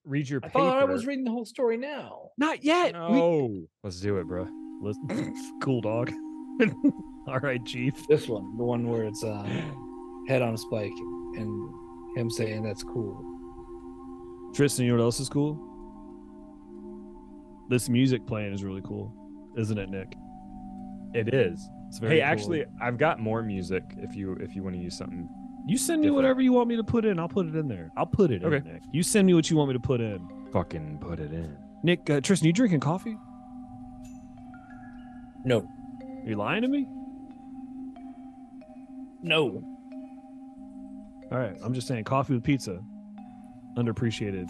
Read your
I
paper.
thought I was reading the whole story now.
Not yet. We-
No. Let's do it, bro.
Let's cool dog. All right, Chief.
This one, the one where it's uh, head on a spike and him saying that's cool.
Tristan, you know what else is cool? This music playing is really cool, isn't it, Nick?
It is.
It's
hey,
cool.
actually, I've got more music if you if you want to use something.
you send me
different.
whatever you want me to put in. I'll put it in there. I'll put it in,
Okay.
Nick. You send me what you want me to put in.
Fucking put it in.
Nick, uh, Tristan, you drinking coffee?
No,
Are you lying to me?
no.
All right, I'm just saying, coffee with pizza, underappreciated.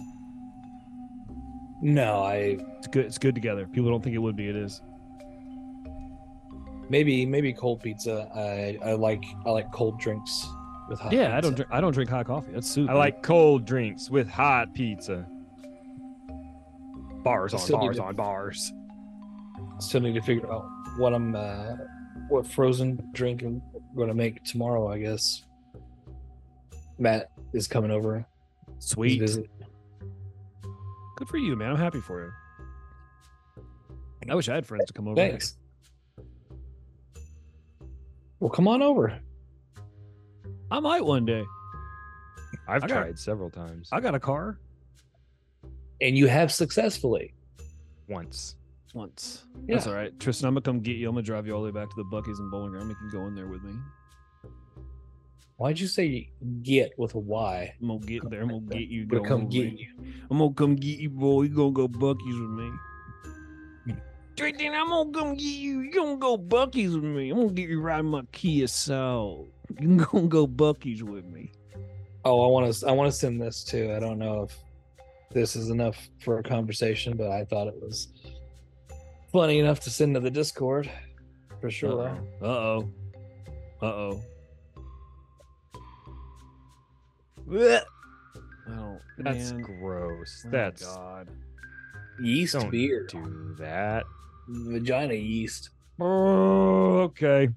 No, I
It's good. It's good together. People don't think it would be. It is.
maybe maybe cold pizza. I I like I like cold drinks with hot.
yeah, I don't.
pizza.
Drink, I don't drink hot coffee. That's soup.
I
dude.
like cold drinks with hot pizza. Bars
I
on
still need
bars
to-
on bars.
Still need to figure out what I'm uh, what frozen drink I'm gonna make tomorrow. I guess. Matt is coming over. to
sweet.
visit.
Good for you, man. I'm happy for you. I wish I had friends to come over.
Thanks. Well, come on over.
I might one day.
I've
I got-
tried several times.
I got a car
And you have successfully.
Once.
once. That's
Yeah.
all right, Tristan. I'm gonna come get you. I'm gonna drive you all the way back to the Bucky's and Bowling Green. You can go in there with me.
Why'd you say get with a Y?
I'm gonna get there. I'm gonna get you.
I'm gonna
Going
come
with
get
me.
you.
I'm gonna come get you, boy. You gonna go Bucky's with me. Tristan, I'm gonna come get you. You gonna go Bucky's with me. I'm gonna get you riding my Kia Soul. You gonna go Bucky's with me.
Oh, I want to. I want to send this too. I don't know if this is enough for a conversation, but I thought it was funny enough to send to the Discord for sure.
Uh oh. Uh oh. Oh,
That's
man.
gross.
Oh,
That's
God.
Yeast
don't
beer,
do that.
vagina yeast.
Oh, okay.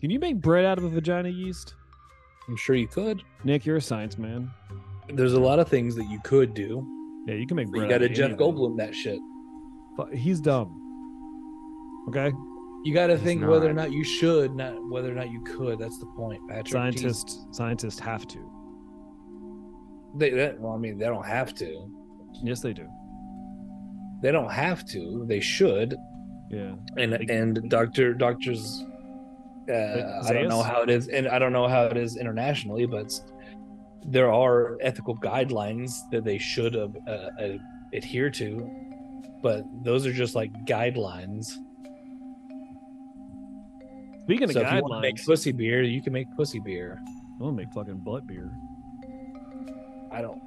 Can you make bread out of a vagina yeast?
I'm sure you could.
Nick, you're a science man.
There's a lot of things that you could do.
Yeah, you can make bread.
You
out
got to
of
Jeff
anything.
Goldblum that shit.
Fu- He's dumb. Okay,
You got to
He's
think whether or
not.
not you should, not whether or not you could. That's the point, Patrick. Jesus.
scientists scientists have to.
They, that, well, I mean, they don't have to.
Yes, they do.
They don't have to. They should.
Yeah.
and
Like-
and doctor doctors uh,
Like
i don't know
Zaius?
how it is and i don't know how it is internationally but s- there are ethical guidelines that they should uh, uh, uh, adhere to but those are just like guidelines
Speaking
so
of
if you want to make
guidelines,
pussy beer you can make pussy beer
I'm gonna make fucking butt beer.
i don't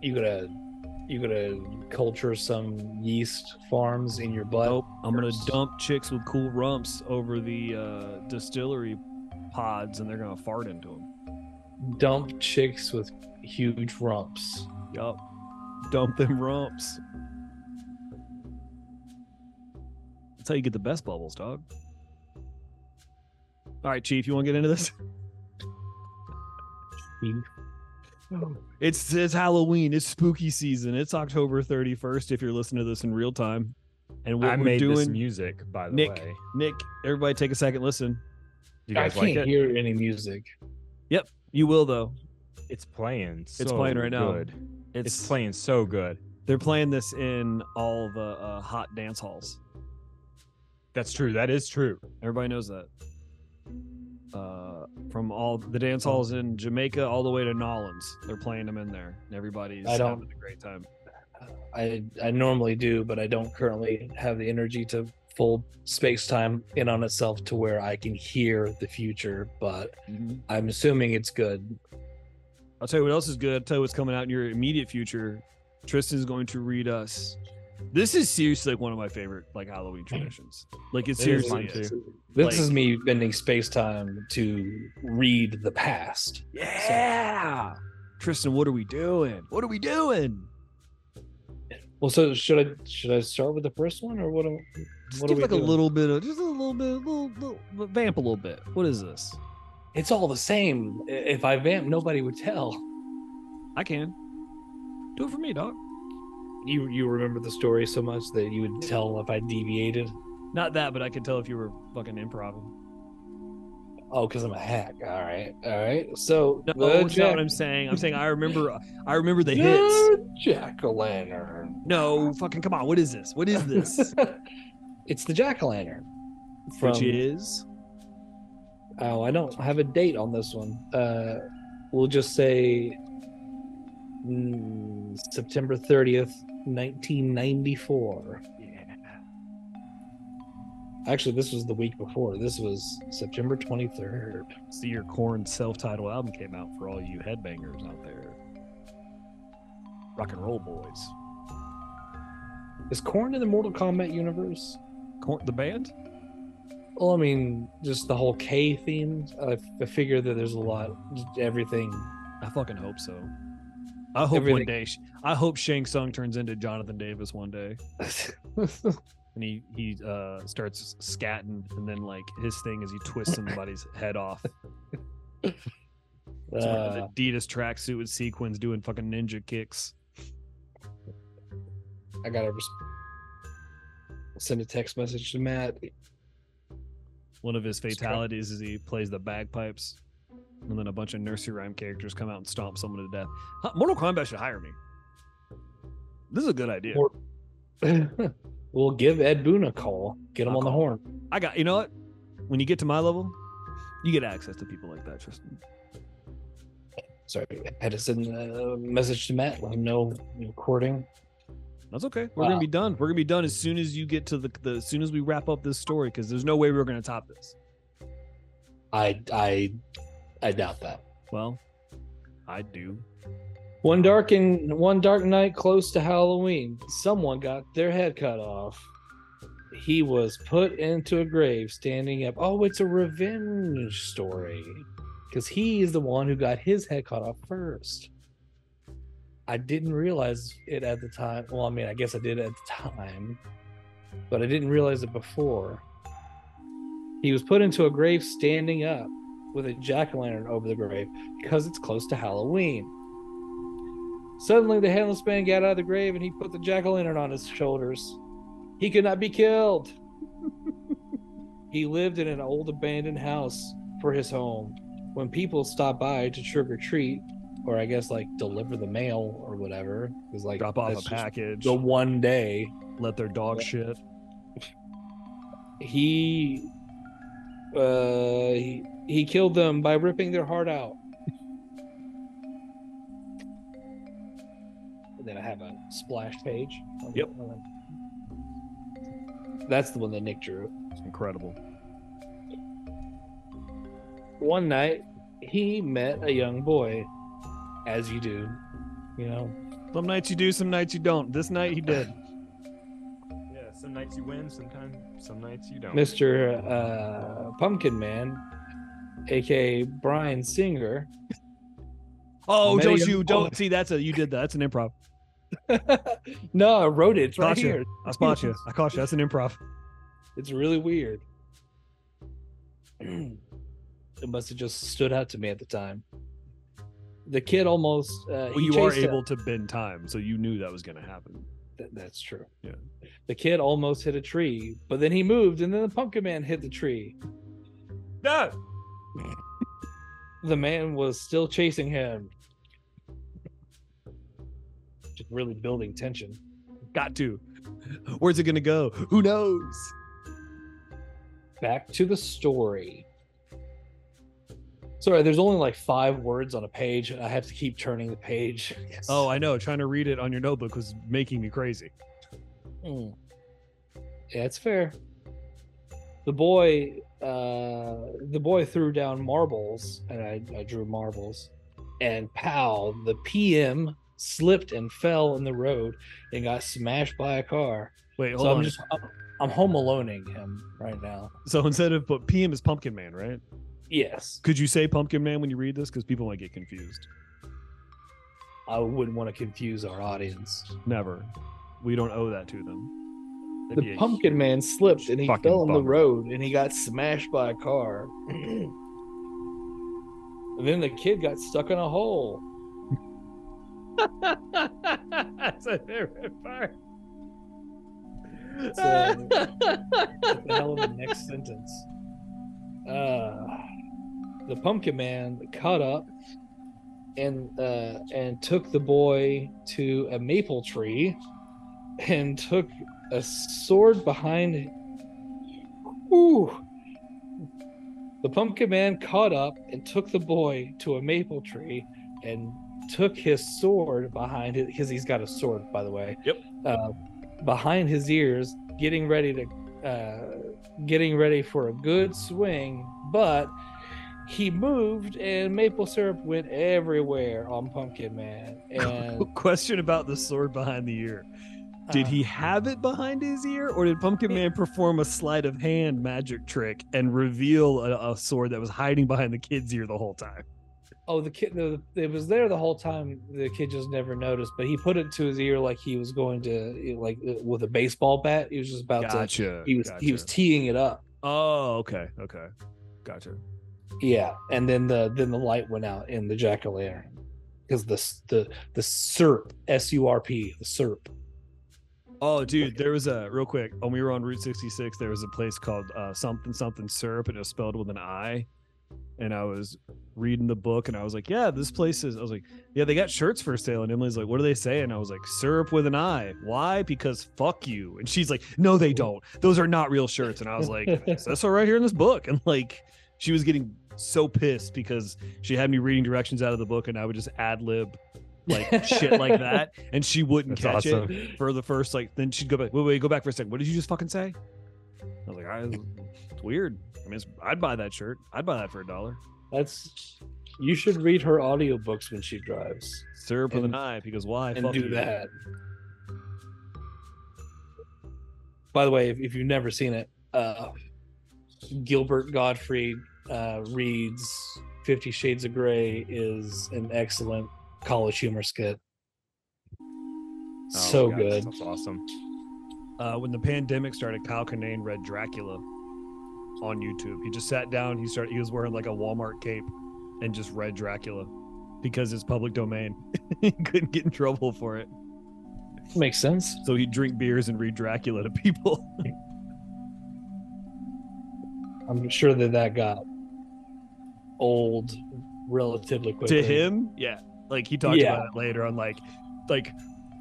you gonna you gonna culture some yeast farms in your butt
Nope. Oh, I'm gonna
first.
dump chicks with cool rumps over the uh, distillery pods, and they're gonna fart into them.
dump chicks with huge rumps
Yup. Dump them rumps. That's how you get the best bubbles, dog. All right, Chief, you want to get into this? It's it's Halloween. It's spooky season. It's October 31st. If you're listening to this in real time, and what
I
we're
made this
doing,
music, by the
Nick.
way.
Nick, everybody, take a second, listen.
Do you
I
guys like
can't
it?
hear any music.
You will though.
It's playing.
It's
so
playing right now.
good. It's,
It's-
playing so good.
They're playing this in all the uh, hot dance halls.
That's true. That is true.
Everybody knows that. Uh, from all the dance halls in Jamaica all the way to Nolans, they're playing them in there. and Everybody's
I don't-
having a great time.
I I normally do, but I don't currently have the energy to fold space time in on itself to where I can hear the future. But
Mm-hmm.
I'm assuming it's good.
I'll tell you what else is good. I'll tell you what's coming out in your immediate future. Tristan's going to read us. This is seriously like one of my favorite like Halloween traditions. Like it
is
seriously
mine
is.
too.
This
Like-
is me bending space time to read the past.
Yeah. Tristan, what are we doing? What are we doing?
Well, so should I should I start with the first one or what? Am,
Just
what are
give
we
like a
doing?
little bit of just a little bit, a little, little vamp a little bit. What is this?
It's all the same. I- If I vamp, nobody would tell.
I can. Do it for me, dog.
You you remember the story so much that you would tell if I deviated.
Not that, but I could tell if you were fucking improv.
Oh, because I'm a hack. All right, all right. So
No,
the
that's not oh, what I'm saying. I'm saying I remember I remember the hits.
Jack o' lantern.
No, fucking come on. What is this? What is this?
it's the jack o' lantern. From
Which is
oh, I don't have a date on this one. Uh, we'll just say mm, September 30th, 1994. Actually, this was the week before. This was September 23rd.
See your corn self-titled album came out for all you headbangers out there. Rock and roll boys.
Is Korn in the Mortal Kombat universe?
Corn the band?
Well, I mean, just the whole K theme. I, I figure that there's a lot, everything.
I fucking hope so. I hope one
Everything-
day sh- I hope Shang Tsung turns into Jonathan Davis one day
Uh,
and he he uh starts scatting and then like his thing is he twists somebody's head off. It's one of
Uh,
the Adidas tracksuit with sequins doing fucking ninja kicks.
I gotta res- send a text message to Matt.
One of his
Just try-
fatalities is he plays the bagpipes, and then a bunch of nursery rhyme characters come out and stomp someone to death. Huh, Mortal Kombat should hire me. This is a good idea.
Mor- we'll give Ed Boon a call. Get him
I'll
on the
call.
horn.
I got you know what? When you get to my level, you get access to people like that. Tristan.
Sorry, I had to send a message to Matt. Let him know we're recording.
That's okay. We're gonna
Wow.
be done. We're gonna be done as soon as you get to the, the as soon as we wrap up this story because there's no way we're gonna top this.
I I I doubt that.
Well, I do.
One dark and one dark night close to Halloween, someone got their head cut off. He was put into a grave standing up. Oh, it's a revenge story. Because he is the one who got his head cut off first. I didn't realize it at the time. Well, I mean, I guess I did at the time, but I didn't realize it before. He was put into a grave standing up with a jack o' lantern over the grave because it's close to Halloween. Suddenly, the headless man got out of the grave and he put the jack o' lantern on his shoulders. He could not be killed. he lived in an old abandoned house for his home. When people stopped by to trick or treat, or I guess like deliver the mail or whatever, because like
Drop off
that's
a
just
package.
The one day
Let their dog
Yeah.
shit.
he uh he, he killed them by ripping their heart out and then i have a splash page on the-
Yep.
on the- that's the one that nick drew
Incredible.
one night he met a young boy as you do you know
Some nights you do, some nights you don't. This night he did.
Yeah, some nights you win, sometimes some nights you don't.
mr uh pumpkin man aka brian singer
Oh,
Many
don't
of-
you don't see that's a you did that. That's an improv.
no i wrote it it's right
Gotcha.
here
I spot you. I caught you. That's an improv.
It's really weird. It must have just stood out to me at the time. The kid almost. Uh,
Well,
he
you are
chased a-
able to bend time, so you knew that was going to happen.
Th- that's true.
Yeah.
The kid almost hit a tree, but then he moved, and then the pumpkin man hit the tree.
No.
The man was still chasing him. Just really building tension.
Got to. Where's it going to go? Who knows?
Back to the story. Sorry, there's only like five words on a page, and I have to keep turning the page.
Oh, I know. Trying to read it on your notebook was making me crazy. Hmm.
Mm. Yeah, it's fair. The boy, uh, the boy threw down marbles, and I, I drew marbles, and pow, the PM slipped and fell in the road and got smashed by a car.
Wait, hold
so
on.
I'm just, I'm, I'm home aloneing him right now.
So instead of but PM is Pumpkin Man, right?
Yes,
Could you say Pumpkin Man when you read this? Because people might get confused.
I wouldn't want to confuse our audience.
Never. We don't owe that to them. That'd be
The
a
pumpkin man slipped and he
fucking
fell on the
bummer.
road and he got smashed by a car. and then the kid got stuck in a hole.
That's a favorite part.
It's, uh, what the hell of the next sentence? Uh, the pumpkin man caught up and uh, and took the boy to a maple tree and took a sword behind. Ooh. The pumpkin man caught up and took the boy to a maple tree and took his sword behind it because he's got a sword, by the way.
Yep.
Uh, behind his ears, getting ready to, uh, getting ready for a good swing, but he moved and maple syrup went everywhere on Pumpkin Man. And
Question about the sword behind the ear. Did
uh,
he have it behind his ear, or did Pumpkin Man perform a sleight of hand magic trick and reveal a, a sword that was hiding behind the kid's ear the whole time?
Oh, the kid, the, it was there the whole time. The kid just never noticed, but he put it to his ear like he was going to, like uh, with a baseball bat. He was just about to. He was he was teeing it up.
oh, okay, okay, gotcha.
Yeah, and then the then the light went out in the jack o' lantern because the s- the the SERP S U R P the SERP.
Oh, dude, there was a real quick when we were on Route 66. There was a place called uh, something something syrup, and it was spelled with an I. And I was reading the book, and I was like, "Yeah, this place is." I was like, "Yeah, they got shirts for sale." And Emily's like, "What do they say?" And I was like, "Syrup with an I." Why? Because fuck you. And she's like, "No, they don't. Those are not real shirts." And I was like, "That's all right here in this book." And like, she was getting so pissed because she had me reading directions out of the book, and I would just ad lib like shit like that, and she wouldn't
That's
catch it
awesome.
for the first like then she'd go back wait wait go back for a second what did you just fucking say i was like I, it's weird i mean it's, i'd buy that shirt i'd buy that for a dollar
That's you should read her audiobooks when she drives
syrup with an
And-
eye because why
and
Fuck
do
you.
that. By the way, if, if you've never seen it, uh, Gilbert Gottfried uh, reads Fifty Shades of Grey is an excellent college humor skit.
Oh my
so
God,
good.
That's awesome.
uh, when the pandemic started kyle Kinane read dracula on youtube he just sat down he started he was wearing like a walmart cape and just read dracula because it's public domain he couldn't get in trouble for it
Makes sense.
so he'd drink beers and read dracula to people
I'm sure that that got old relatively quickly
to him yeah like he talked
Yeah.
about it later on like like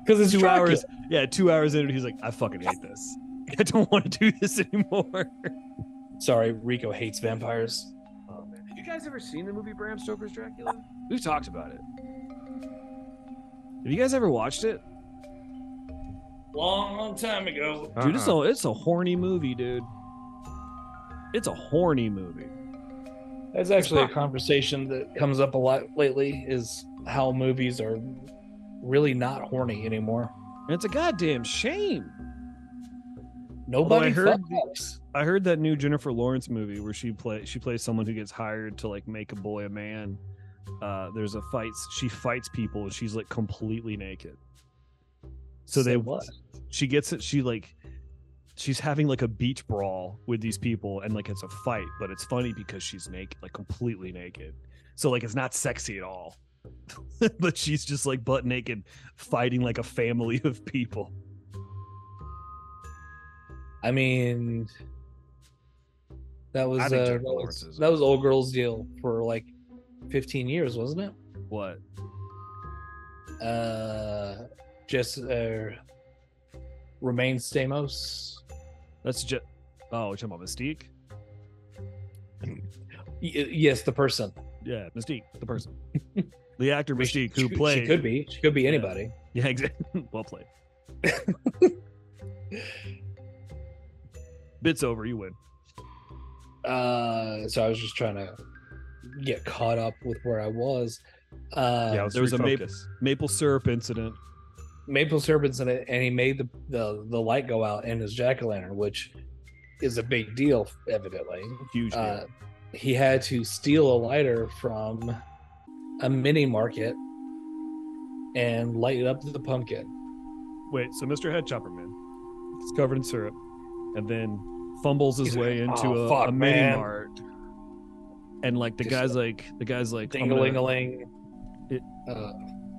because it's
two
Dracula.
hours. Yeah, two hours in, he's like, I fucking hate this. I don't want to do this anymore.
Sorry, Rico hates vampires.
Oh man, have you guys ever seen the movie Bram Stoker's Dracula? We've talked about it. Have you guys ever watched it?
Long, long time ago.
Dude, it's
Uh-uh.
a it's a horny movie, dude. It's a horny movie.
That's actually a conversation that comes up a lot lately. Is how movies are really not horny anymore.
And it's a goddamn shame.
Nobody
Although I heard
fucks.
I heard that new Jennifer Lawrence movie where she play she plays someone who gets hired to like make a boy a man. Uh, there's a fights she fights people and she's like completely naked. So
Say
they
what?
she gets it she like she's having like a beach brawl with these people and like it's a fight, but it's funny because she's naked, like completely naked. So like it's not sexy at all. but she's just like butt naked fighting like a family of people.
I mean, that was uh,
I think
that
Jennifer Lawrence
was,
is
that was old girl's deal for like 15 years, wasn't it?
What?
uh just uh remain Stamos.
That's just Oh, you're talking about Mystique?
Y- yes, the person.
Yeah, Mystique, the person. the actor
She-
Mystique
she,
who
could-
played
She could be. She could be
Yeah.
anybody.
Yeah, exactly. well played. Bits over, you win.
Uh so I was just trying to get caught up with where I was. Uh
yeah, let's
there was a Maple-
refocus.
Maple syrup incident.
Maple Serpent's in it and he made the, the the light go out in his jack-o'-lantern, which is a big deal, evidently.
Huge. deal.
Uh, he had to steal a lighter from a mini market and light up the pumpkin.
Wait, so Mr. Head Chopper Man gets covered in syrup and then fumbles his
He's
way
like,
into
"Oh,
a,
fuck,
a mini
man."
mart. And like the
Just
guy's like the guy's like I'm gonna-
Ding-a-ling-a-ling.
It-
Uh,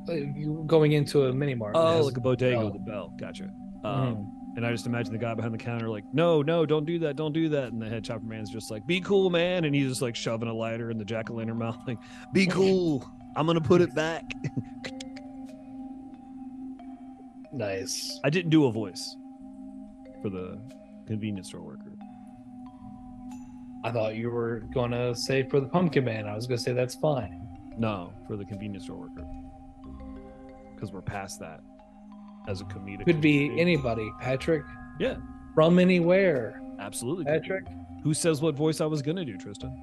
you going into a mini mart.
Oh,
Has-
like a bodega with a
bell.
bell. Gotcha. Um, And I just imagine the guy behind the counter like, no, no, don't do that, don't do that. And the head chopper man's just like, be cool, man. And he's just like shoving a lighter in the jack o' lantern mouth, like, be cool. I'm gonna put it back.
nice.
I didn't do a voice for the convenience store worker.
I thought you were gonna say for the pumpkin man. I was gonna say that's fine.
No, for the convenience store worker. Because we're past that as a comedic.
Could be
relief.
anybody, Patrick.
Yeah.
From anywhere,
Absolutely. could be.
Patrick.
Who says what voice I was gonna do, Tristan?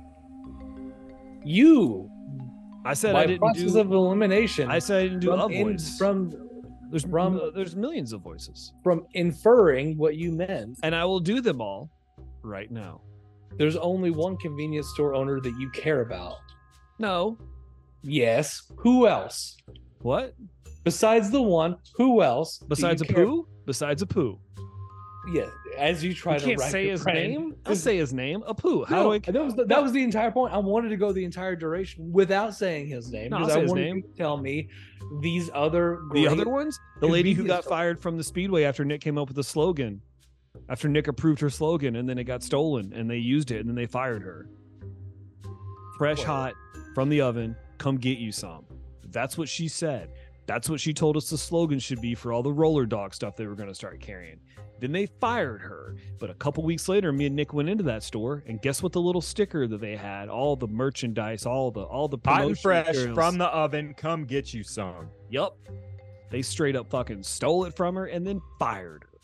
You.
I said
by
I didn't
process
do.
of elimination.
I said I didn't do
from,
a
in-
voice.
from
there's
from-
uh, there's millions of voices,
from inferring what you meant.
and I will do them all right now.
There's only one convenience store owner that you care about.
No,
Yes. Who else?
what
Besides the one, who else? do you
besides a
care-
poo? Besides a poo,
Yeah, as you try
I
to
can't
rack
say
your
his
brain,
name. I'll
this-
say his name. A poo. How
No,
do I?
That was the, that was the entire point. I wanted to go the entire duration without saying his name
No, I'll
because
say
I
his
wanted
name.
you to tell me these other
The
great,
other ones? The lady who
convenience
got
store.
fired from the Speedway after Nick came up with the slogan. After Nick approved her slogan and then it got stolen and they used it and then they fired her. Fresh
Whoa.
hot from the oven, come get you some. That's what she said. That's what she told us the slogan should be for all the roller dog stuff they were going to start carrying. Then they fired her. But a couple weeks later, me and Nick went into that store, and guess what? The little sticker that they had, all the merchandise, all the all the
Hot and
promotion
fresh
materials.
from the oven. Come get you some.
Yup. They straight up fucking stole it from her and then fired her.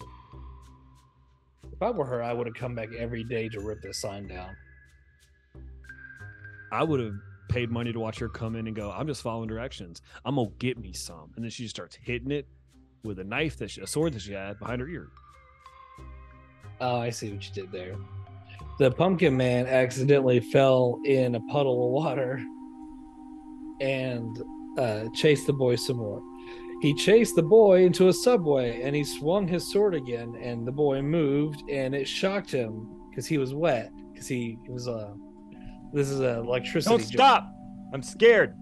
If I were her, I would have come back every day to rip this sign down.
I would have paid money to watch her come in and go, I'm just following directions. I'm going to get me some. And then she just starts hitting it with a knife that she, a sword that she had behind her ear.
Oh, I see what you did there. The pumpkin man accidentally fell in a puddle of water and uh, chased the boy some more. He chased the boy into a subway and he swung his sword again, and the boy moved and it shocked him because he was wet. Because he it was Uh, this is a electricity.
Don't
joke.
stop. I'm scared.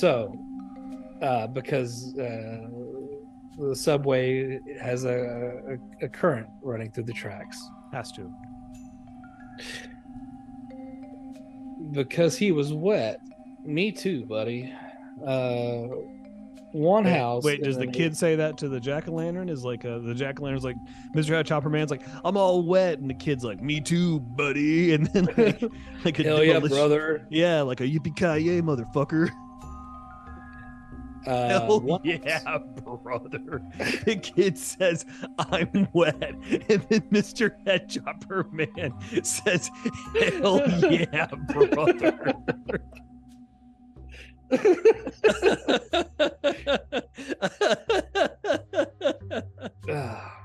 So, uh, because uh, the subway has a, a, a current running through the tracks.
Has to.
because he was wet. Me too, buddy. Uh, one
Wait,
house.
Wait, does the
and-
kid say that to the jack o' lantern? Is like uh, the jack o' lantern's like, Mr. Hot Chopper Man's like, I'm all wet. And the kid's like, Me too, buddy. And then like, like a
Hell yeah,
demolition-
brother!
Yeah, like a yippee ki yay, motherfucker.
Uh,
Hell
one house-
yeah, brother. The kid says, I'm wet. And then Mr. Head Chopper Man says, Hell yeah, brother.
Ah,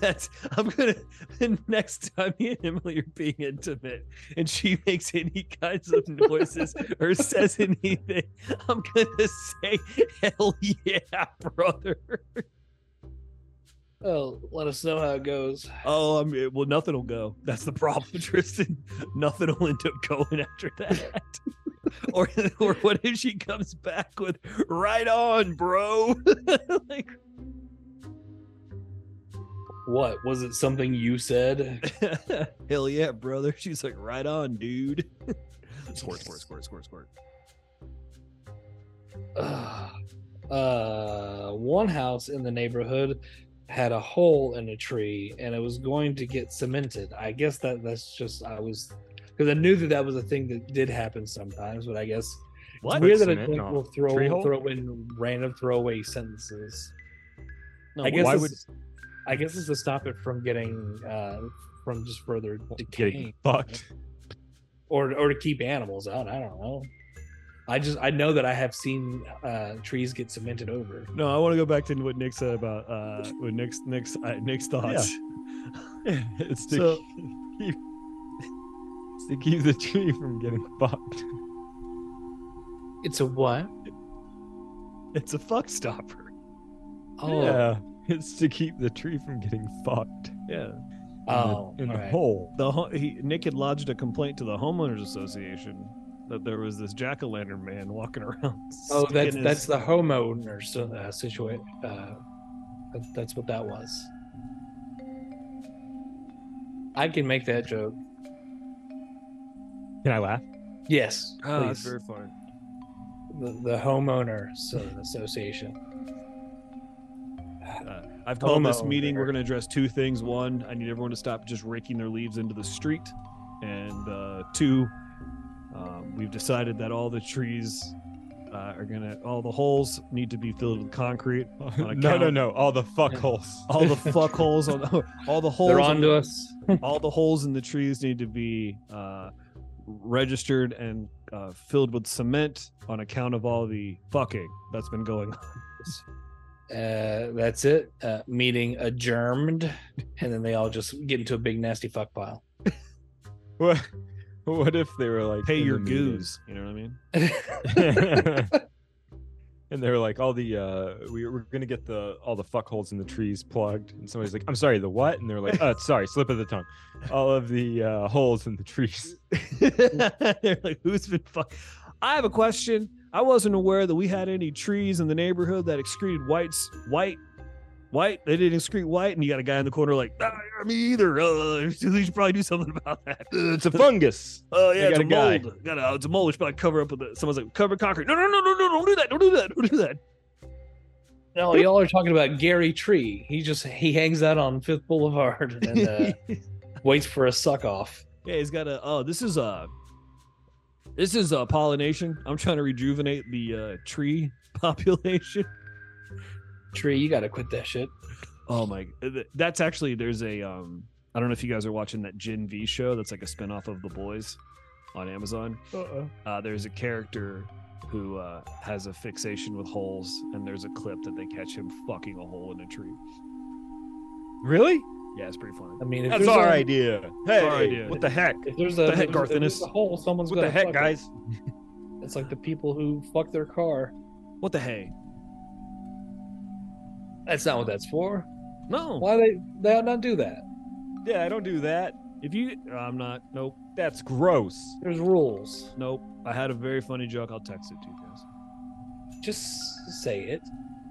That's I'm gonna the next time me and Emily are being intimate and she makes any kinds of noises or says anything, I'm gonna say, Hell yeah, brother.
Well, let us know how it goes.
Oh, I mean, well, nothing will go. That's the problem, Tristan. Nothing will end up going after that. or, or what if she comes back with "Right on, bro"? like,
What was it? Something you said?
hell yeah, brother. She's like, "Right on, dude." squirt, squirt, squirt, squirt, squirt.
Ugh. uh, one house in the neighborhood had a hole in a tree and it was going to get cemented. I guess that that's just I was because I knew that that was a thing that did happen sometimes, but I guess
What?
it's weird that I
Cement?
think
No.
will throw
Tree hole?
throw in random throwaway sentences.
No,
I guess
why
why would I guess it's to stop it from getting uh from just further decaying
Getting fucked.
or or to keep animals out. I don't know. I just I know that I have seen uh, trees get cemented over.
No, I want to go back to what Nick said about uh, what Nick's Nick's uh, Nick's thoughts.
it's to
So-
keep it's to keep the tree from getting fucked.
It's a what?
It's a fuck stopper.
Oh,
Yeah. It's to keep the tree from getting fucked.
Yeah.
oh,
in the, in the
alright.
hole.
The ho- he, Nick had lodged a complaint to the homeowners association that there was this jack o' lantern man walking around.
Oh,
sticking
that's
his-
that's the homeowner so, uh, situation. Uh, that, that's what that was. I can make that joke.
Can I laugh?
Yes,
Ah,
please.
that's very funny.
the, the homeowner so, association.
Uh, I've called this
Homeowner.
meeting. We're going to address two things. One, I need everyone to stop just raking their leaves into the street, and uh, two, um, we've decided that all the trees uh, are going to, all the holes need to be filled with concrete.
no, no,
account-
no. All the fuck
Yeah.
holes.
All the fuck holes on all the holes.
They're
on
onto us.
all the holes in the trees need to be uh, registered and uh, filled with cement on account of all the fucking that's been going on.
Uh, that's it. Uh, meeting adjourned, and then they all just get into a big nasty fuck pile.
What, what if they were like
Pay
in
your
the meeting-
goose. You know what I mean?
and they were like, all the uh, we, we're gonna get the all the fuck holes in the trees plugged. And somebody's like, I'm sorry, the what? And they're like, uh, sorry, slip of the tongue. All of the uh, holes in the trees.
They're like, who's been fuck? I have a question. I wasn't aware that we had any trees in the neighborhood that excreted whites, white, white. They didn't excrete white, and you got a guy in the corner like, ah, me either. Uh, we should probably do something about that.
Uh, it's a fungus.
Oh yeah,
They
it's
got
a,
a guy.
mold. Got a, it's a mold. We should probably cover up with it. Someone's like, cover concrete. No, no, no, no, no! Don't do that! Don't do that! Don't do that!
No, y'all are talking about Gary Tree. He just he hangs out on Fifth Boulevard and uh, waits for a suck off.
Yeah, he's got a. Oh, this is a. This is a pollination. I'm trying to rejuvenate the uh, tree population.
Tree, you got to quit that shit.
Oh my! th- That's actually there's a. Um, I don't know if you guys are watching that Gen V show. That's like a spinoff of The Boys on Amazon.
Uh-oh.
uh, there's a character who uh, has a fixation with holes, and there's a clip that they catch him fucking a hole in a tree.
Really?
Yeah, it's pretty funny.
I mean, if
That's
there's
our
a,
idea. Hey,
our idea.
what the heck?
If there's a,
the heck,
if there's- if there's
Garth
a hole, someone's
What the
gonna
heck,
fuck
guys?
It. It's like the people who fuck their car.
What the hey?
That's not what that's for.
No.
Why they they ought not do that?
Yeah, I don't do that.
If you, I'm not. Nope.
That's gross.
There's rules.
Nope. I had a very funny joke. I'll text it to you guys.
Just say it.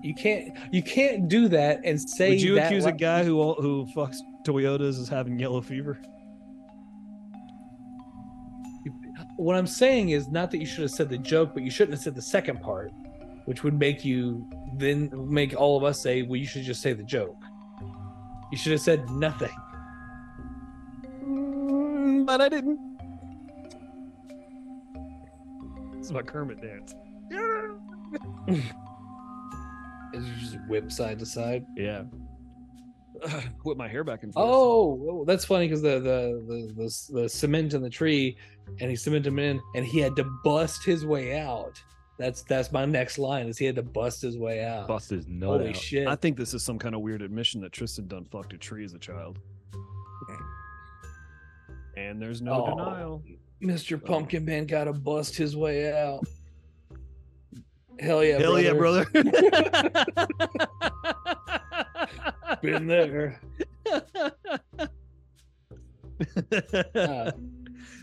You can't you can't do that and say
Would you
that
accuse a
like-
guy who who fucks Toyotas as having yellow fever?
What I'm saying is not that you should have said the joke, but you shouldn't have said the second part, which would make you then make all of us say, well, you should just say the joke. You should have said nothing.
Mm, but I didn't. It's my Kermit dance.
As you just whip side to side.
Yeah. Whip my hair back and forth.
Oh, that's funny because the, the the the the cement in the tree, and he cemented him in, and he had to bust his way out. That's that's my next line is he had to bust his way out.
Bust his nut
Holy
out.
shit!
I think this is some kind of weird admission that Tristan done fucked a tree as a child. And there's
Oh.
no denial.
Mr. Pumpkin Man got to bust his way out. Hell yeah!
Hell yeah, brother.
Been there. Uh,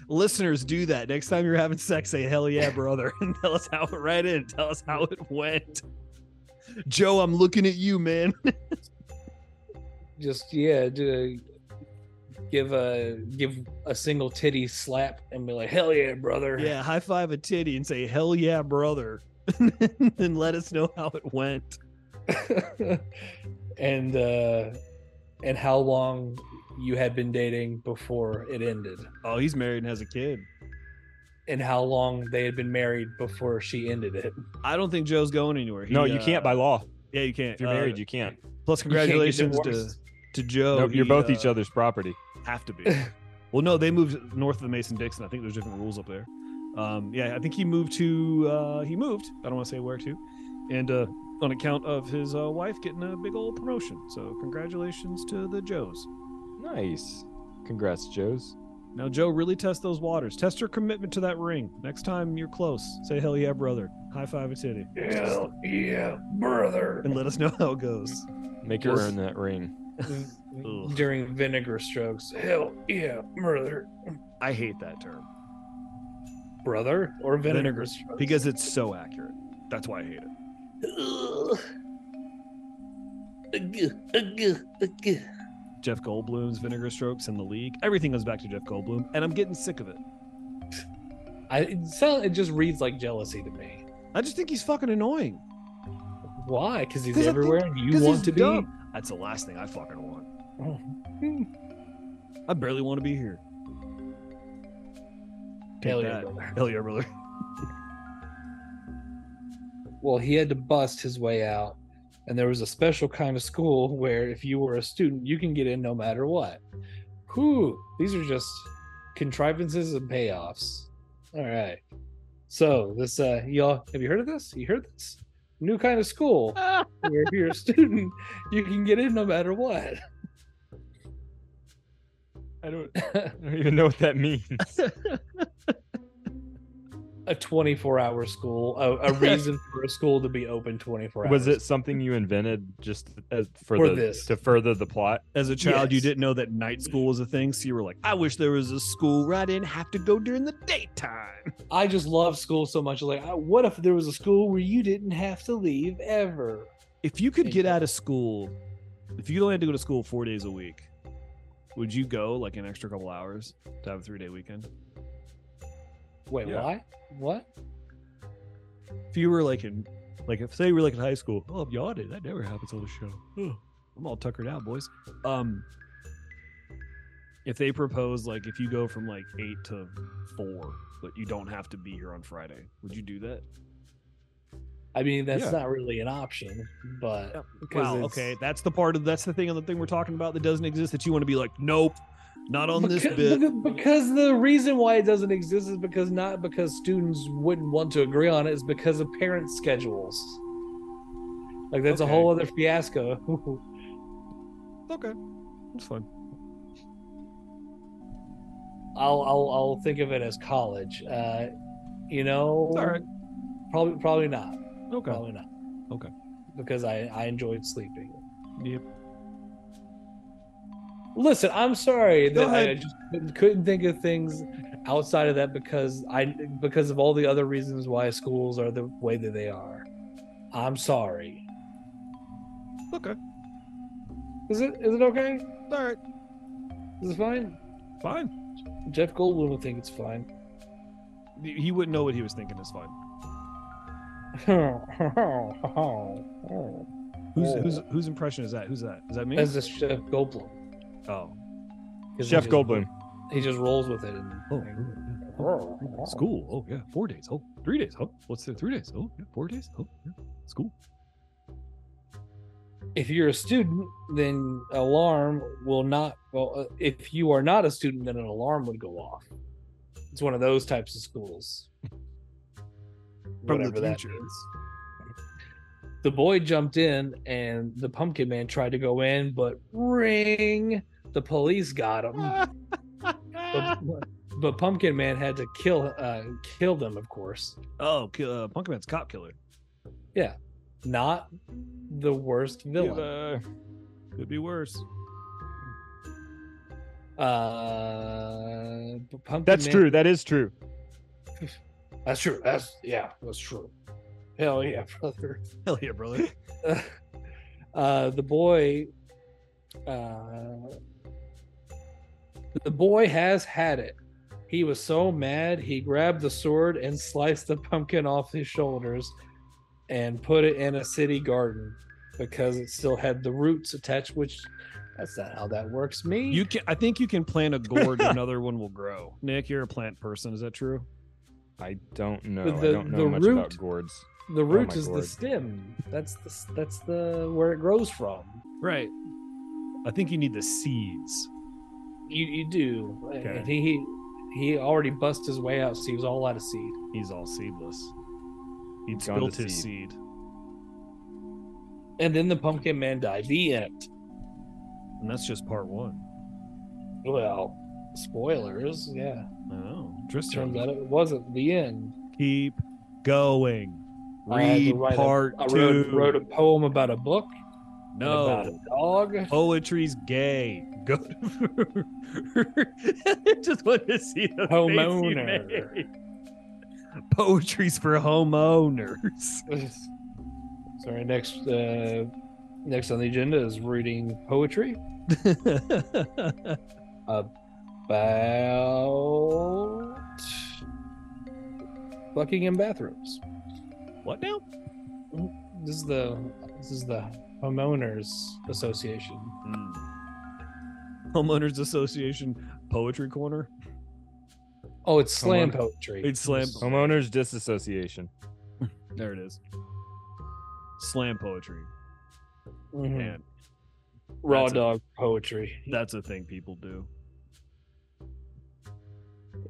Listeners, do that next time you're having sex. Say hell yeah, brother, and tell us how it ran in. Tell us how it went. Joe, I'm looking at you, man.
just yeah, do a, give a give a single titty slap and be like, hell yeah, brother.
Yeah, high five a titty and say hell yeah, brother, and let us know how it went.
and uh and how long you had been dating before it ended
Oh, he's married and has a kid.
and how long they had been married before she ended it
I don't think Joe's going anywhere. He, uh,
no, you can't by law.
Yeah, you can't.
If you're
Uh,
married, you can't.
Plus,
You can't get
congratulations to
divorced.
to Joe.
Nope, you're
He,
both
uh,
each other's property.
Have to be. well, no, they moved north of the Mason Dixon. I think there's different rules up there. Um, yeah, I think he moved to uh, he moved. I don't want to say where to, and uh, on account of his uh, wife getting a big old promotion. So congratulations to the Joes.
Nice. Congrats, Joe's.
Now, Joe, really test those waters. Test your commitment to that ring. Next time you're close, say hell yeah, brother. High five a titty,
hell yeah brother
and let us know how it goes.
Make her
Yes.
earn that ring.
Ugh.
during vinegar strokes hell yeah brother
I hate that term.
brother or vinegar,
Vinegar.
strokes
because it's so accurate. That's why I hate it.
Ugh. Ugh, ugh, ugh.
Jeff Goldblum's vinegar strokes in the league. Everything goes back to Jeff Goldblum, and I'm getting sick of it.
I, it, sound, it just reads like jealousy to me
I just think he's fucking annoying.
why because he's
'Cause I think-
everywhere and you
'cause
want
he's
to be
dumb. That's the last thing I fucking want.
Oh.
I barely want to be here. Take
hell yeah
that.
brother
Hell yeah, brother.
well he had to bust his way out and there was a special kind of school where if you were a student you can get in no matter what whew these are just contrivances and payoffs all right so this uh y'all have you heard of this you heard this new kind of school where if you're a student you can get in no matter what
I don't, I don't even know what that means.
a 24 hour school a, a reason for a school to be open 24 hours
Was it something you invented just as, for,
For
the,
this.
to further the plot?
As a child, you
Yes.
didn't know that night school was a thing, so you were like, I wish there was a school where I didn't have to go during the daytime.
I just love school so much. Like, I- what if there was a school where you didn't have to leave ever?
If you could
Thank
get
you.
out of school, if you only had to go to school four days a week, would you go like an extra couple hours to have a three day weekend?
Wait,
Yeah.
why? What?
if you were like in like if say we were like in high school oh i'm yawning that never happens on the show Ugh, i'm all tuckered out boys um if they propose like if you go from like eight to four but you don't have to be here on friday would you do that
I mean, that's
Yeah.
not really an option, but
Yeah,
because
wow
it's-
okay that's the part of that's the thing on the thing we're talking about that doesn't exist that you want to be like nope not on this
Becau-
bit
becau- because the reason why it doesn't exist is because not because students wouldn't want to agree on it is because of parent schedules. Like that's
Okay.
a whole other fiasco.
okay it's fine
I'll I'll I'll think of it as college. Uh, you know,
all right.
probably probably not.
okay
Probably not.
Okay.
Because I I enjoyed sleeping.
Yep.
Listen, I'm sorry
Go
that I
ahead.
just couldn't- couldn't think of things outside of that because I because of all the other reasons why schools are the way that they are. I'm sorry.
okay
Is it is it okay?
all right
Is it fine?
fine
Jeff Goldblum would think it's fine.
he wouldn't know what he was thinking is fine who's
Oh.
who's whose impression is that who's that is that me
That's just Jeff Goldblum.
oh
'Cause he
Jeff
just-
Goldblum.
He just rolls with it. And,
Oh, School. Oh, yeah. Four days. Oh, three days. Oh, what's the three days? Oh, yeah. Four days. Oh, yeah. School.
if you're a student, then alarm will not. Well, uh, if you are not a student, then an alarm would go off. It's one of those types of schools.
From the
Whatever that
future.
means. The boy jumped in, and the pumpkin man tried to go in, but ring, the police got him. But, but pumpkin man had to kill uh, kill them, of course.
Oh, ki- uh, Pumpkin Man's cop killer.
Not the worst villain.
Killer.
Could be worse.
Uh, p- Pumpkin
That's
Man-
true. That is true.
That's true. That's yeah. That's true. Hell yeah, brother.
Hell yeah, brother.
uh, the boy, uh, the boy has had it. He was so mad he grabbed the sword and sliced the pumpkin off his shoulders, and put it in a city garden because it still had the roots attached. Which that's not how that works. Me,
You can. I think you can plant a gourd. and another one will grow. Nick, you're a plant person. Is that true?
I don't know.
the-
I don't know
the
much
root-
about gourds.
the root
my
is the
Lord.
stem. That's the s- that's the where it grows from.
Right. I think you need the seeds.
You you do.
Okay.
And he he already bust his way out, so he was all out of seed.
He's all seedless. He
He's gone to
spilled his seed.
And then the pumpkin man died. The end.
and that's just part one.
Well, spoilers. Yeah.
Oh, Tristan,
Turns out it wasn't the end.
keep going.
I had to
Read
write a-
part
I
two.
wrote, wrote a poem about a book. and About
no,
a dog.
poetry's gay. Go. To... just wanted to see the face you
Homeowner.
made. Poetry's for homeowners.
Sorry. Next uh, next on the agenda is reading poetry about Buckingham bathrooms.
what now?
This is the this is the homeowners association.
Hmm. Homeowners Association Poetry Corner.
Oh, it's slam
Homeowner-
poetry.
It's slam.
Homeowners disassociation.
There it is. Slam poetry.
Mhm.
Man,
raw
that's a-
dog poetry.
that's a thing people do.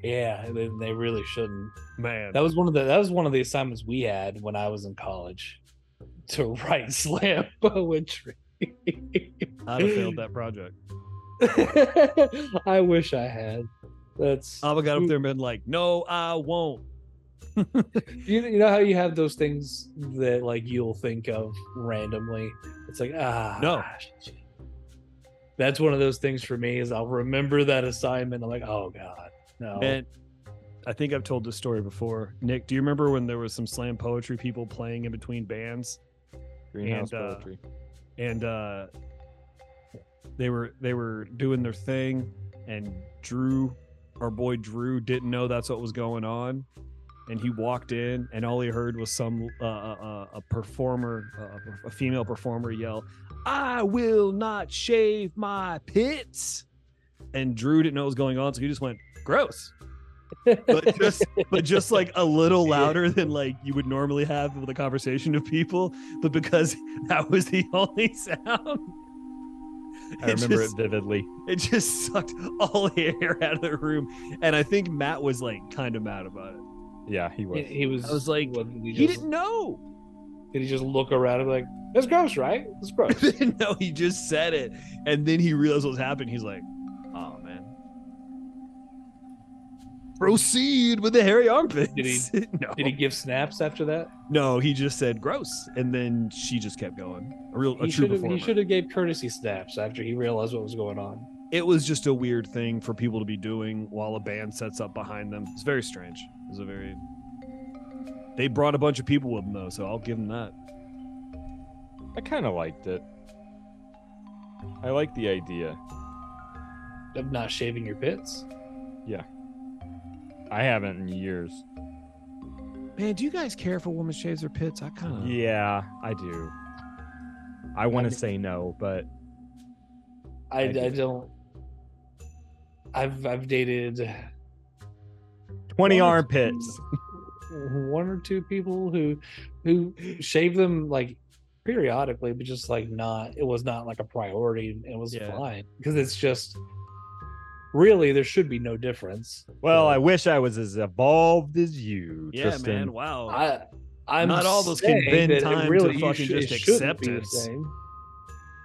Yeah, they, they really shouldn't.
Man,
That was one of the that was one of the assignments we had when I was in college to write slam poetry.
I'd have failed that project.
I wish I had. That's
I would got up there and been like, "No, I won't."
you, you know how you have those things that like you'll think of randomly it's like ah
No.
shit. that's one of those things for me is i'll remember that assignment i'm like oh god no
And I think I've told this story before. Nick, do you remember when there was some slam poetry people playing in between bands,
Greenhouse
And, uh,
poetry.
and uh, they were they were doing their thing, and Drew, our boy Drew, didn't know that's what was going on, and he walked in, and all he heard was some uh, uh, uh, a performer, uh, a female performer yell, "I will not shave my pits," and Drew didn't know what was going on, so he just went, "Gross." but just but just like a little louder than like you would normally have with a conversation of people but because that was the only sound
I remember
just,
it vividly.
it just sucked all the air out of the room and i think matt was like kind of mad about it
Yeah, he
he,
was.
he was
I was like,
what, did, he
he
just,
didn't know
did he just look around and be like it's gross right it's gross
no he just said it and then he realized what was happening he's like oh man proceed with the hairy armpits
Did he-
no.
did he give snaps after that
No, he just said gross, and then she just kept going. A real, a
he
true
should have
performer.
he should have gave courtesy snaps after he realized what was going on
It was just a weird thing for people to be doing while a band sets up behind them. It's very strange. It was a very. They brought a bunch of people with them though, so I'll give them that.
I kind of liked it. I like the idea.
of not shaving your pits
I haven't in years.
Man, do you guys care if a woman shaves her pits? I kind of.
Yeah, I do. I want to say no, but
I,
I
I,
do.
don't i've i've dated
20
Well,
armpits.
one or two people who who shave them like periodically but just like not it was not like a priority and it was
Yeah.
fine because it's just really there should be no difference
Well, I wish I was as evolved as you,
Yeah,
Tristan.
man. Wow.
i i'm
Not all of us can
saying
bend
that it
time to
really- you
fucking
should-
just
it shouldn't
accept
be the
it.
same.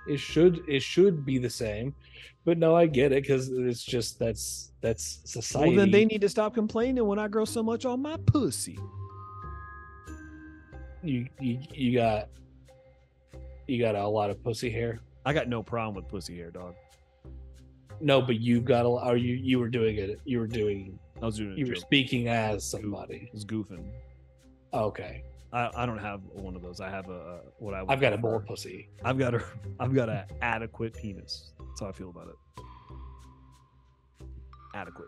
it should it should be the same but no i get it because it's just that's that's
well,
society
then they need to stop complaining when I grow so much on my pussy.
you, you you got you got a lot of pussy hair
I got no problem with pussy hair, dog.
No, but you got a. Are you? You were doing it. You were doing.
I was doing a
You were
joke.
speaking as somebody.
It's goofing.
Okay,
I, I don't have one of those. I have a, a what I would
I've got a
prefer.
bull pussy.
I've got a I've got an adequate penis. That's how I feel about it. Adequate,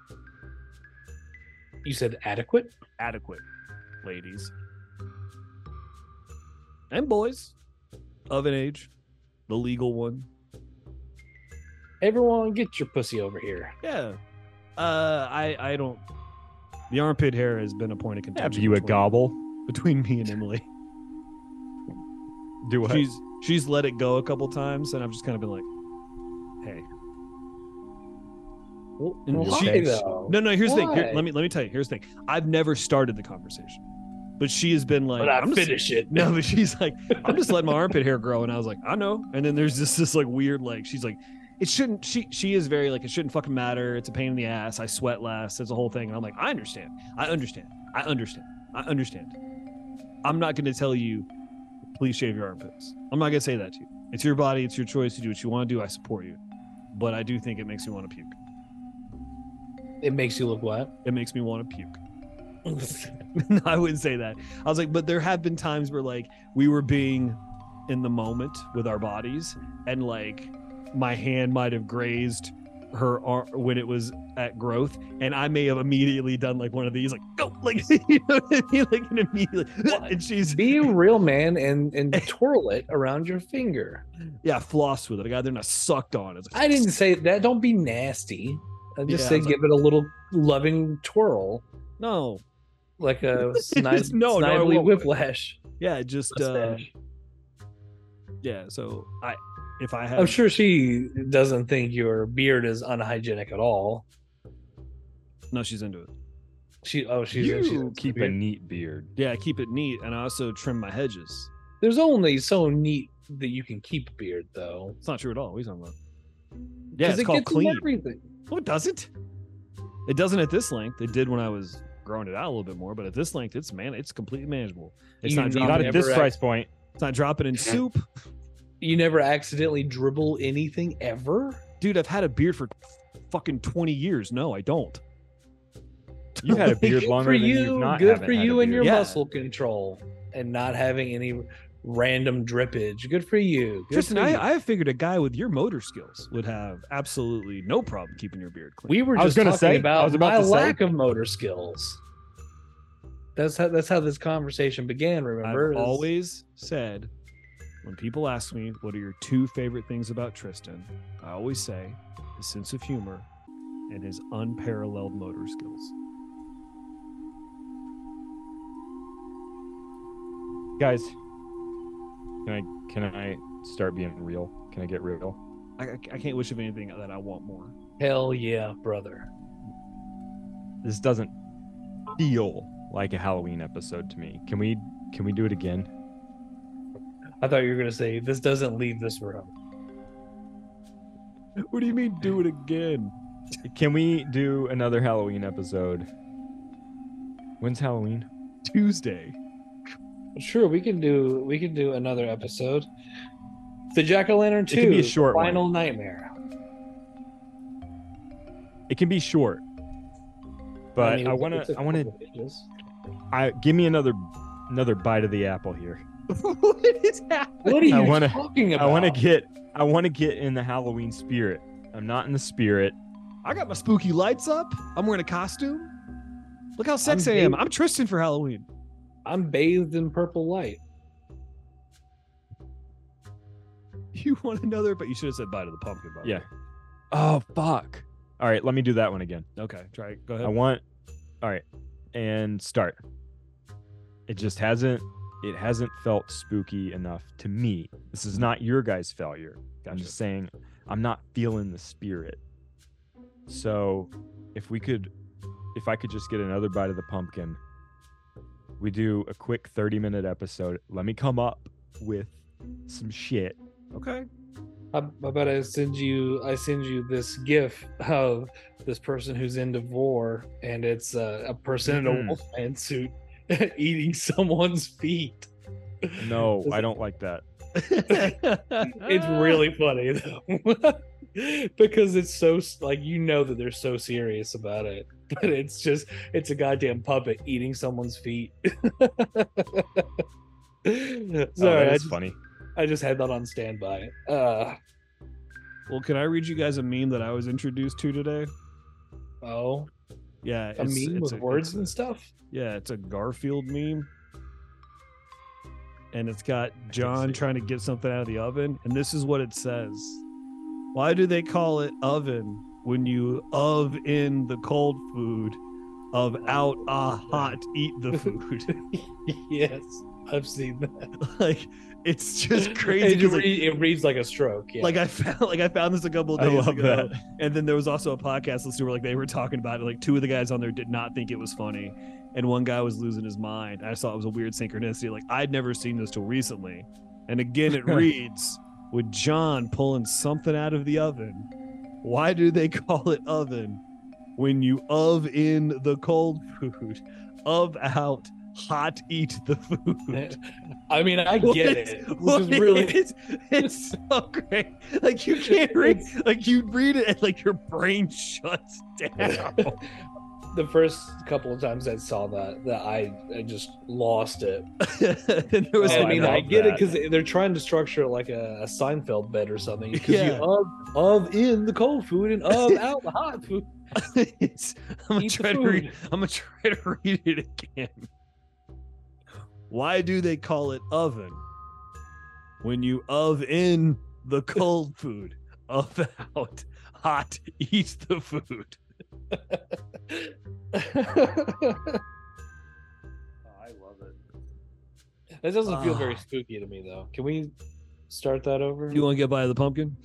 You said adequate.
adequate, ladies and boys of an age, the legal one.
Everyone, get your pussy over here.
Yeah. Uh, I I don't. The armpit hair has been a point of contention.
Have you a
between-
gobble?
between me and Emily.
Do what?
She's she's let it go a couple times, and I've just kind of been like, "Hey, And
Why,
she-
though?
no, no." Here's the thing. Here,
Why?
let me let me tell you. Here's the thing. I've never started the conversation, but she has been like,
but I
"I'm just-
finish it.
No, but she's like, "I'm just letting my armpit hair grow," and I was like, "I know." And then there's just this like weird like she's like, "It shouldn't." She she is very like, "It shouldn't fucking matter. It's a pain in the ass. I sweat less. It's a whole thing." And I'm like, "I understand. I understand. I understand. I understand. I'm not going to tell you, please shave your armpits. I'm not going to say that to you. It's your body. It's your choice. You do what you want to do. I support you, but I do think it makes me want to puke.
It makes you look what?
It makes me want to puke." No, I wouldn't say that. I was like, but there have been times where like we were being in the moment with our bodies, and like my hand might have grazed her arm when it was at growth, and I may have immediately done like one of these, like go, like you know what I mean, like and immediately, and she's
Be a real man and and twirl it around your finger.
yeah, floss with it. I got there and I sucked on it.
I didn't say that. Don't be nasty. I just
Yeah, I
said
was like-
give it a little loving twirl,
no,
like a snipe,
No, no, I
snidely
won't.
whiplash.
yeah, just uh,
mustache.
yeah. So I, if I
I'm
have,
sure she doesn't think your beard is unhygienic at all.
no, she's into it.
She oh she's, she's
you keep a
beard.
neat beard.
Yeah, I keep it neat, and I also trim my hedges.
There's only so neat that you can keep a beard though.
It's not true at all. What are you talking about? Yeah,
'Cause
it's
it
called
gets in
clean.
Everything.
No, it doesn't. It doesn't at this length. It did when I was growing it out a little bit more, but at this length, it's man, it's completely manageable. It's
You
not
need-
dropping.
Not at this
Everett.
price point.
It's not dropping in soup,
You never accidentally dribble anything ever.
dude. I've had a beard for fucking twenty years. No, I don't.
You had a beard
Good
longer
for
than
you,
you've not.
Good
haven't
for
had a
you and your
beard.
Yeah.
muscle control and not having any random drippage. Good for you. Good
Tristan,
for you.
I, I figured a guy with your motor skills would have absolutely no problem keeping your beard clean.
we were
I was
just
gonna
talking
say- I
about,
was about
my
to say.
lack of motor skills. That's how that's how this conversation began. Remember,
I've
Is-
always said when people ask me what are your two favorite things about Tristan, I always say his sense of humor and his unparalleled motor skills.
Guys, can I can I start being real? Can I get real?
I, I I can't wish of anything that I want more.
hell yeah, brother.
This doesn't feel like a Halloween episode to me. Can we can we do it again?
I thought you were gonna say this doesn't leave this room.
What do you mean do it again?
Can we do another Halloween episode? When's Halloween?
Tuesday.
Sure, we can do we can do another episode. The Jack o' Lantern
It can
Two,
be a short one.
Final Nightmare.
It can be short. But I,
mean,
want
it's a
to I want to
couple pages.
I give me another another bite of the apple here.
what is happening?
What are you
I wanna-
talking
I
about?
want to get I want to get in the Halloween spirit. I'm not in the spirit.
I got my spooky lights up. I'm wearing a costume. Look how sexy I am.
big.
I'm Tristan for Halloween.
I'm bathed in purple light.
You want another, but you should have said bye to the pumpkin. By the
Yeah. Oh fuck. All right, let me do that one again.
way. Okay. Try. it. Go
I
ahead.
want All right. And start. It just hasn't it hasn't felt spooky enough to me. This is not your guys' failure. I'm
Gotcha.
just saying I'm not feeling the spirit. So, if we could if I could just get another bite of the pumpkin. We do a quick 30-minute episode. Let me come up with some shit
Okay.
How how about I send you I send you this gif of this person who's into vor and it's uh, a person in
Mm-mm.
a wolfman suit eating someone's feet.
No,
Is
I
it-
don't like that.
it's
Ah.
really funny though because it's so s- like you know that they're so serious about it but it's just it's a goddamn puppet eating someone's feet
oh,
sorry I,
that's
just,
funny.
I just had that on standby uh
Well, can I read you guys a meme that I was introduced to today?
oh
Yeah,
a meme with words and stuff
Yeah, it's a Garfield meme. And it's got John
see.
trying to get something out of the oven. And this is what it says Why do they call it oven when you of in the cold food, of out ah hot eat the food?
yes i've seen that
like, it's just crazy.
it,
'cause, like,
re- it reads like a stroke yeah.
like I found, like I found this a couple of
I
days
love
ago,
that.
and then there was also a podcast listener where like they were talking about it. Like two of the guys on there did not think it was funny, and one guy was losing his mind. I just thought it was a weird synchronicity. Like I'd never seen this till recently, and again it reads with John pulling something out of the oven. Why do they call it oven when you of in the cold food, of out hot eat the food?
i mean i
What
get
is-
it which
what
is really
is- it's so great. Like you can't read, like you read it, and like your brain shuts down.
the first couple of times i saw that that i, I just lost it
and there was
Oh,
I
like,
mean,
I
I
love
get it
that.
because they're trying to structure it like a, a Seinfeld bed or something. Because
Yeah.
you of of in the cold food and of out the hot food.
it's- I'm gonna
Eat the
try to
food.
read. I'm gonna try to read it again. Why do they call it oven when you of in the cold food, of out hot eat the food?
Oh, I love it. That doesn't feel very
Ah.
spooky to me though. Can we start that over?
You want to get by the pumpkin?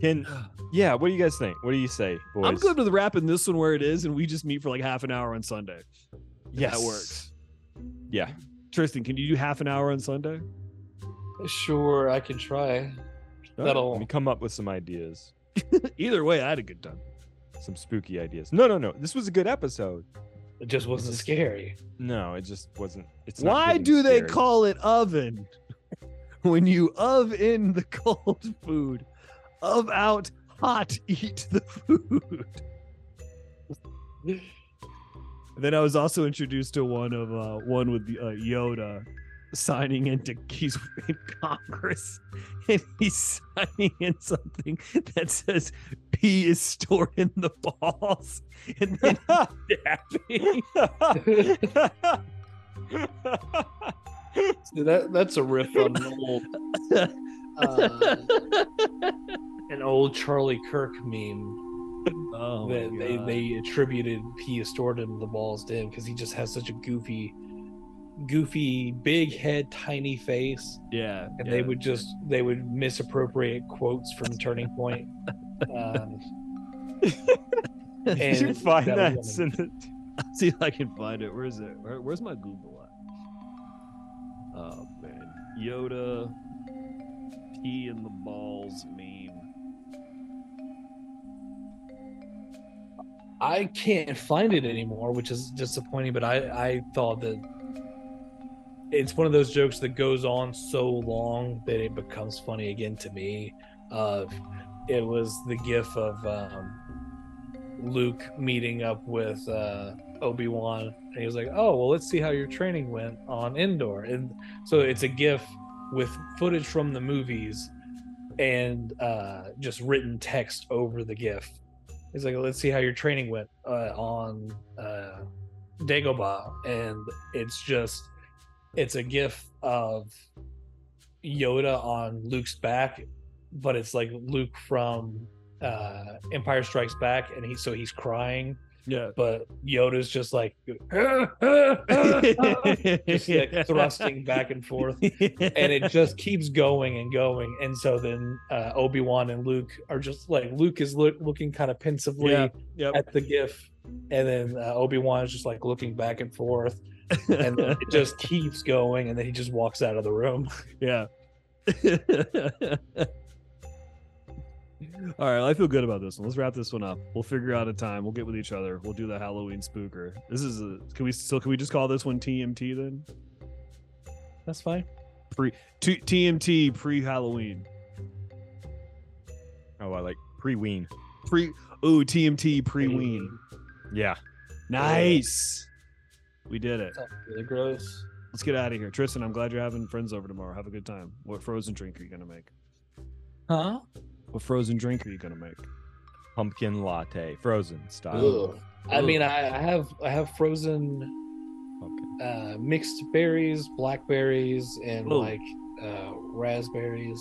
Can yeah? What do you guys think? What do you say, boys?
I'm good with wrapping this one where it is, and we just meet for like half an hour on Sunday. If
Yes,
that works.
Yeah,
Tristan, can you do half an hour on Sunday?
sure, I can try.
All right,
That'll-
let me come up with some ideas,
Either way, I had a good time.
some spooky ideas. No, no, no. This was a good episode.
It just wasn't scary.
No, it just wasn't. It's not
Why
good and
do they
scary.
call it oven when you of in the cold food, of out hot eat the food? then I was also introduced to one of uh, one with uh, Yoda signing into he's in Congress and he's signing in something that says pee is stored in the balls and then he's dabbing.
See, that that's a riff on an old, uh, an old Charlie Kirk meme.
Oh my
that they,
God.
they attributed he stored him the balls to him because he just has such a goofy goofy big head tiny face
yeah,
and
yeah.
they would just they would misappropriate quotes from turning point um,
Did you
and
find
that
that?
was
sentence?
see if I can find it. Where is it? Where, where's my Google at? Oh man, Yoda pee in the balls meme.
i can't find it anymore which is disappointing but i i thought that it's one of those jokes that goes on so long that it becomes funny again to me. Uh, it was the gif of um, Luke meeting up with uh, Obi Wan, and he was like, "Oh, well, let's see how your training went on Endor." And so it's a gif with footage from the movies and uh, just written text over the gif. He's like, "Let's see how your training went uh, on uh, Dagobah," and it's just it's a gif of Yoda on Luke's back, but it's like Luke from uh Empire Strikes Back, and he so he's crying,
Yeah.
but Yoda's just like, just like thrusting back and forth. And it just keeps going and going, and so then uh, Obi Wan and Luke are just like Luke is look, looking kind of pensively
yeah, yep.
at the GIF, and then uh, Obi Wan is just like looking back and forth, and then it just keeps going, and then he just walks out of the room.
yeah. All right, I feel good about this one. Let's wrap this one up. We'll figure out a time. We'll get with each other. We'll do the Halloween spooker. This is a. Can we still? Can we just call this one TMT then?
That's fine.
pre t- TMT pre Halloween.
Oh, I like pre ween.
Pre ooh TMT pre
Mm.
ween.
Yeah.
Nice. We did it.
That's really gross.
Let's get out of here. Tristan, I'm glad you're having friends over tomorrow. Have a good time. What frozen drink are you gonna make?
Huh?
What frozen drink are you gonna make?
Pumpkin latte, frozen style.
Ugh. I mean, I, I have I have frozen
Pumpkin.
uh, mixed berries, blackberries, and
Ooh.
like uh, raspberries.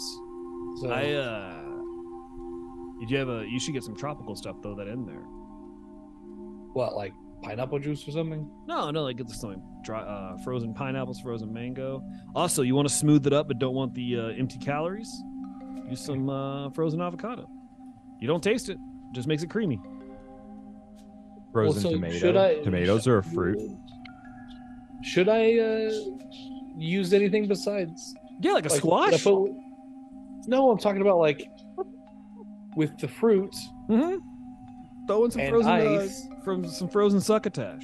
So
I uh you do have a you should get some tropical stuff though that in there. uh,
what, like pineapple juice or something?
No, no, like get the something dry uh, frozen pineapples, frozen mango. Also, you want to smooth it up but don't want the uh, empty calories? Use some uh, frozen avocado. You don't taste it. Just makes it creamy.
Frozen
so
tomato.
should I-
Tomatoes are a fruit.
Should I uh, use anything besides
Yeah, like a
like, should
squash.
I put- no, I'm talking about like with the fruit
hmm Throw in some
And
frozen uh,
ice.
from some frozen succotash.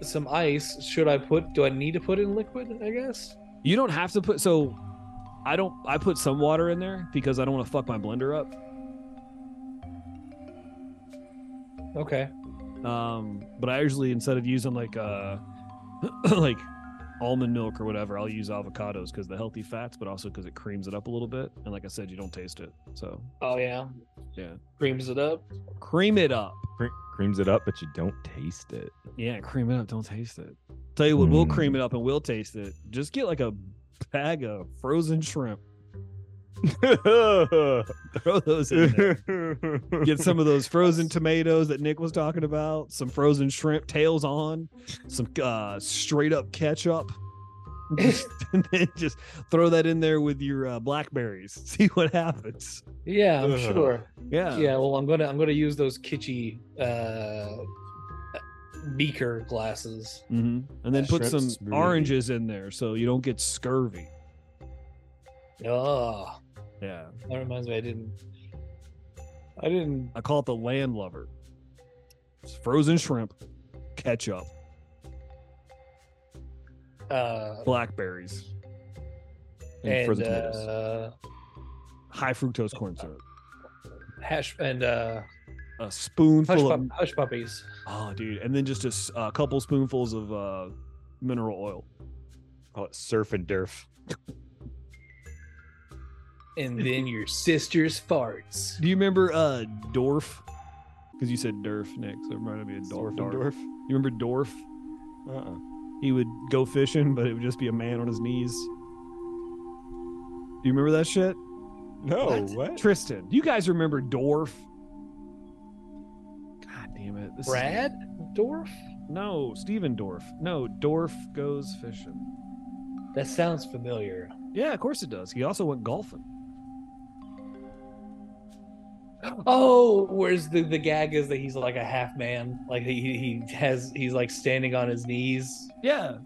some ice. Should I put? Do I need to put in liquid? I guess.
You don't have to put so. I don't. I put some water in there because I don't want to fuck my blender up.
Okay.
Um, but I usually instead of using like uh like almond milk or whatever, I'll use avocados because the healthy fats, but also because it creams it up a little bit. And like I said, you don't taste it, so
Oh yeah.
Yeah.
Creams it up.
cream it up.
Cre- creams it up, but you don't taste it.
Yeah, cream it up. Don't taste it. Tell you what, we'll
Mm.
cream it up and we'll taste it. Just get like a bag of frozen shrimp. Throw those in there. get some of those frozen tomatoes that Nick was talking about, some frozen shrimp tails on, some uh, straight up ketchup. Just- and then just throw that in there with your uh, blackberries. See what happens.
Yeah, I'm
Ugh.
sure.
Yeah.
Yeah. Well, I'm gonna I'm gonna use those kitschy uh, beaker glasses.
hmm And then
That
put
shrimp
some
smoothie.
oranges in there so you don't get scurvy.
Oh,
Yeah.
that reminds me. I didn't. I didn't.
I call it the landlubber. It's frozen shrimp, ketchup,
Uh,
blackberries,
And
and
frozen tomatoes.
uh,
high fructose corn syrup,
hash and uh,
a
hush,
spoonful of
pup- hush puppies.
Oh, dude. And then just a s- a couple spoonfuls of uh, mineral oil.
Call it surf and derf.
and then your sister's farts.
Do you remember uh, Dorf? Because you said Derf, Nick. So it reminded me of Dorf.
Surf and
Dorf. You remember Dorf?
Uh-uh.
He would go fishing, but it would just be a man on his knees. Do you remember that shit?
No, what?
Tristan, you guys remember Dorf? God damn it. This is-
Brad Dorf?
No, Steven Dorf. No, Dorf goes fishing.
That sounds familiar.
Yeah, of course it does. He also went golfing.
Oh, where's the the gag is that he's like a half man, like he he has he's like standing on his knees.
Yeah.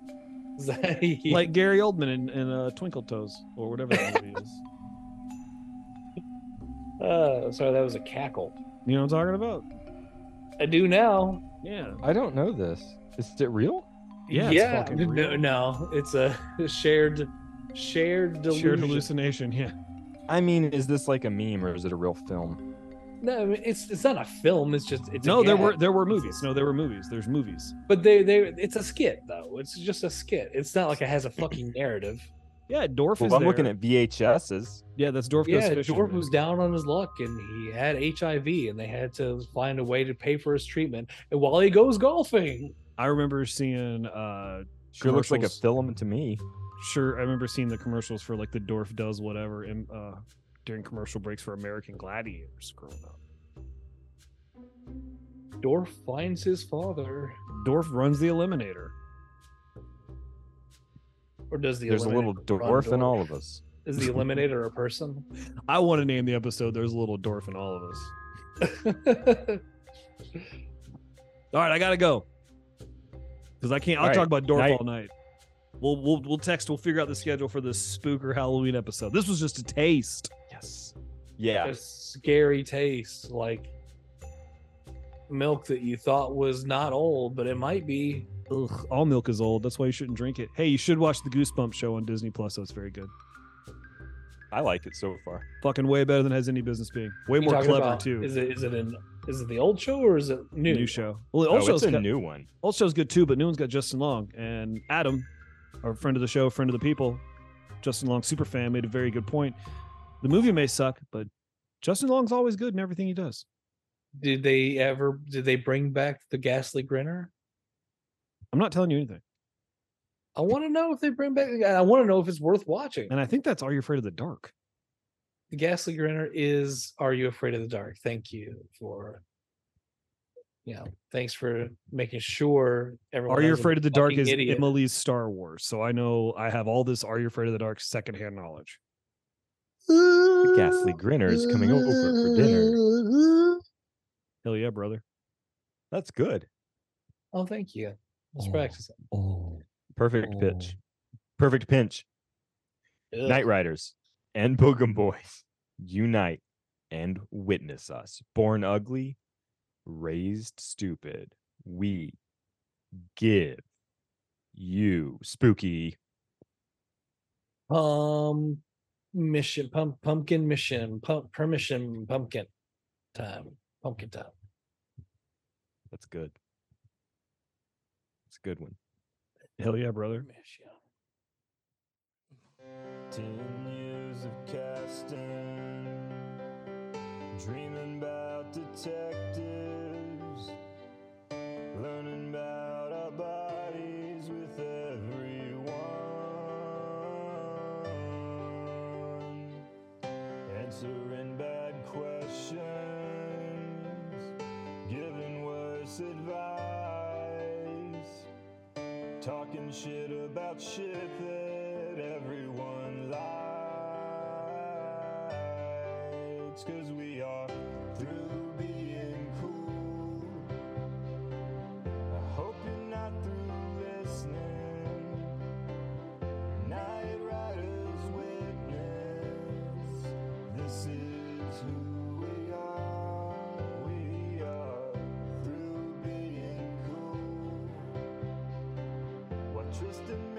Is that- he-
like Gary Oldman in, in uh, Twinkle Toes or whatever that movie is.
uh, sorry, that was a cackle.
You know what I'm talking about?
I do now.
Yeah,
I don't know this. Is it real?
yeah, it's
yeah.
fucking
No,
real.
no, it's a shared shared delusion.
Shared hallucination. Yeah,
I mean, is this like a meme or is it a real film?
No, I mean, it's it's not a film. It's just it's a
no, there
gag.
were there were movies. No, there were movies. There's movies.
but they they it's a skit though. It's just a skit. It's not like it has a fucking narrative.
Yeah, Dorf is.
Well, I'm
there.
looking at VHSs.
Yeah, that's Dorf
yeah,
goes fishing.
Dorf
man.
was down on his luck, and he had HIV, and they had to find a way to pay for his treatment. And while he goes golfing,
I remember seeing. uh
Sure looks like a
commercials-
film to me.
Sure, I remember seeing the commercials for like the Dorf does whatever in, uh, during commercial breaks for American Gladiators growing up.
Dorf finds his father,
Dorf runs the Eliminator.
or does the
There's a little
Eliminator run
dwarf in
Dorf?
all of us.
Is the eliminator a person?
I want to name the episode. There's a little Dorf in all of us. All right, I gotta go because I can't. I'll
All right,
talk about Dorf
night.
all night. We'll, we'll we'll text. We'll figure out the schedule for this spooker Halloween episode. This was just a taste.
Yes. Yeah.
a scary taste, like milk that you thought was not old, but it might be.
Ugh, all milk is old. That's why you shouldn't drink it. Hey, you should watch the Goosebumps show on Disney Plus. That's very good.
I like it so far.
Fucking way better than it has any business being. Way
You
more
talking
clever
about-
too.
Is it is it an is it the old show or is it new?
show. Well, the
Oh,
old show's
it's a
got-
new one.
old show's good too, but new one's got Justin Long and Adam, our friend of the show, friend of the people. Justin Long super fan made a very good point. The movie may suck, but Justin Long's always good in everything he does.
Did they ever did they bring back the ghastly grinner?
I'm not telling you anything.
I want to know if they bring back. the- I want to know if it's worth watching.
And I think that's Are You Afraid of the Dark?
The ghastly grinner is "Are You Afraid of the Dark?" Thank you for, you know, thanks for making sure everyone.
Are You
knows I'm a
Afraid of the Dark
fucking
is
idiot.
Emily's Star Wars. So I know I have all this Are You Afraid of the Dark secondhand knowledge.
The ghastly grinner is coming over for dinner.
Hell yeah, brother.
That's good.
Oh, thank you. Let's
Oh.
practice.
Oh,
Perfect pitch. Perfect pinch.
Ugh.
Night Riders and Boogum Boys unite and witness us. Born ugly, raised stupid. We give you spooky.
Um, mission pump pumpkin mission pump permission pumpkin time pumpkin time.
That's good. That's a good one.
Hell yeah, brother.
Mission.
Ten years of casting, dreaming about detectives, learning about our bodies with everyone, answering bad questions, giving worse advice. Talking shit about shit that everyone likes. Cause we are through being cool. I hope you're not through listening. Night Riders Witness. This is who we are. We are through being cool. What Tristan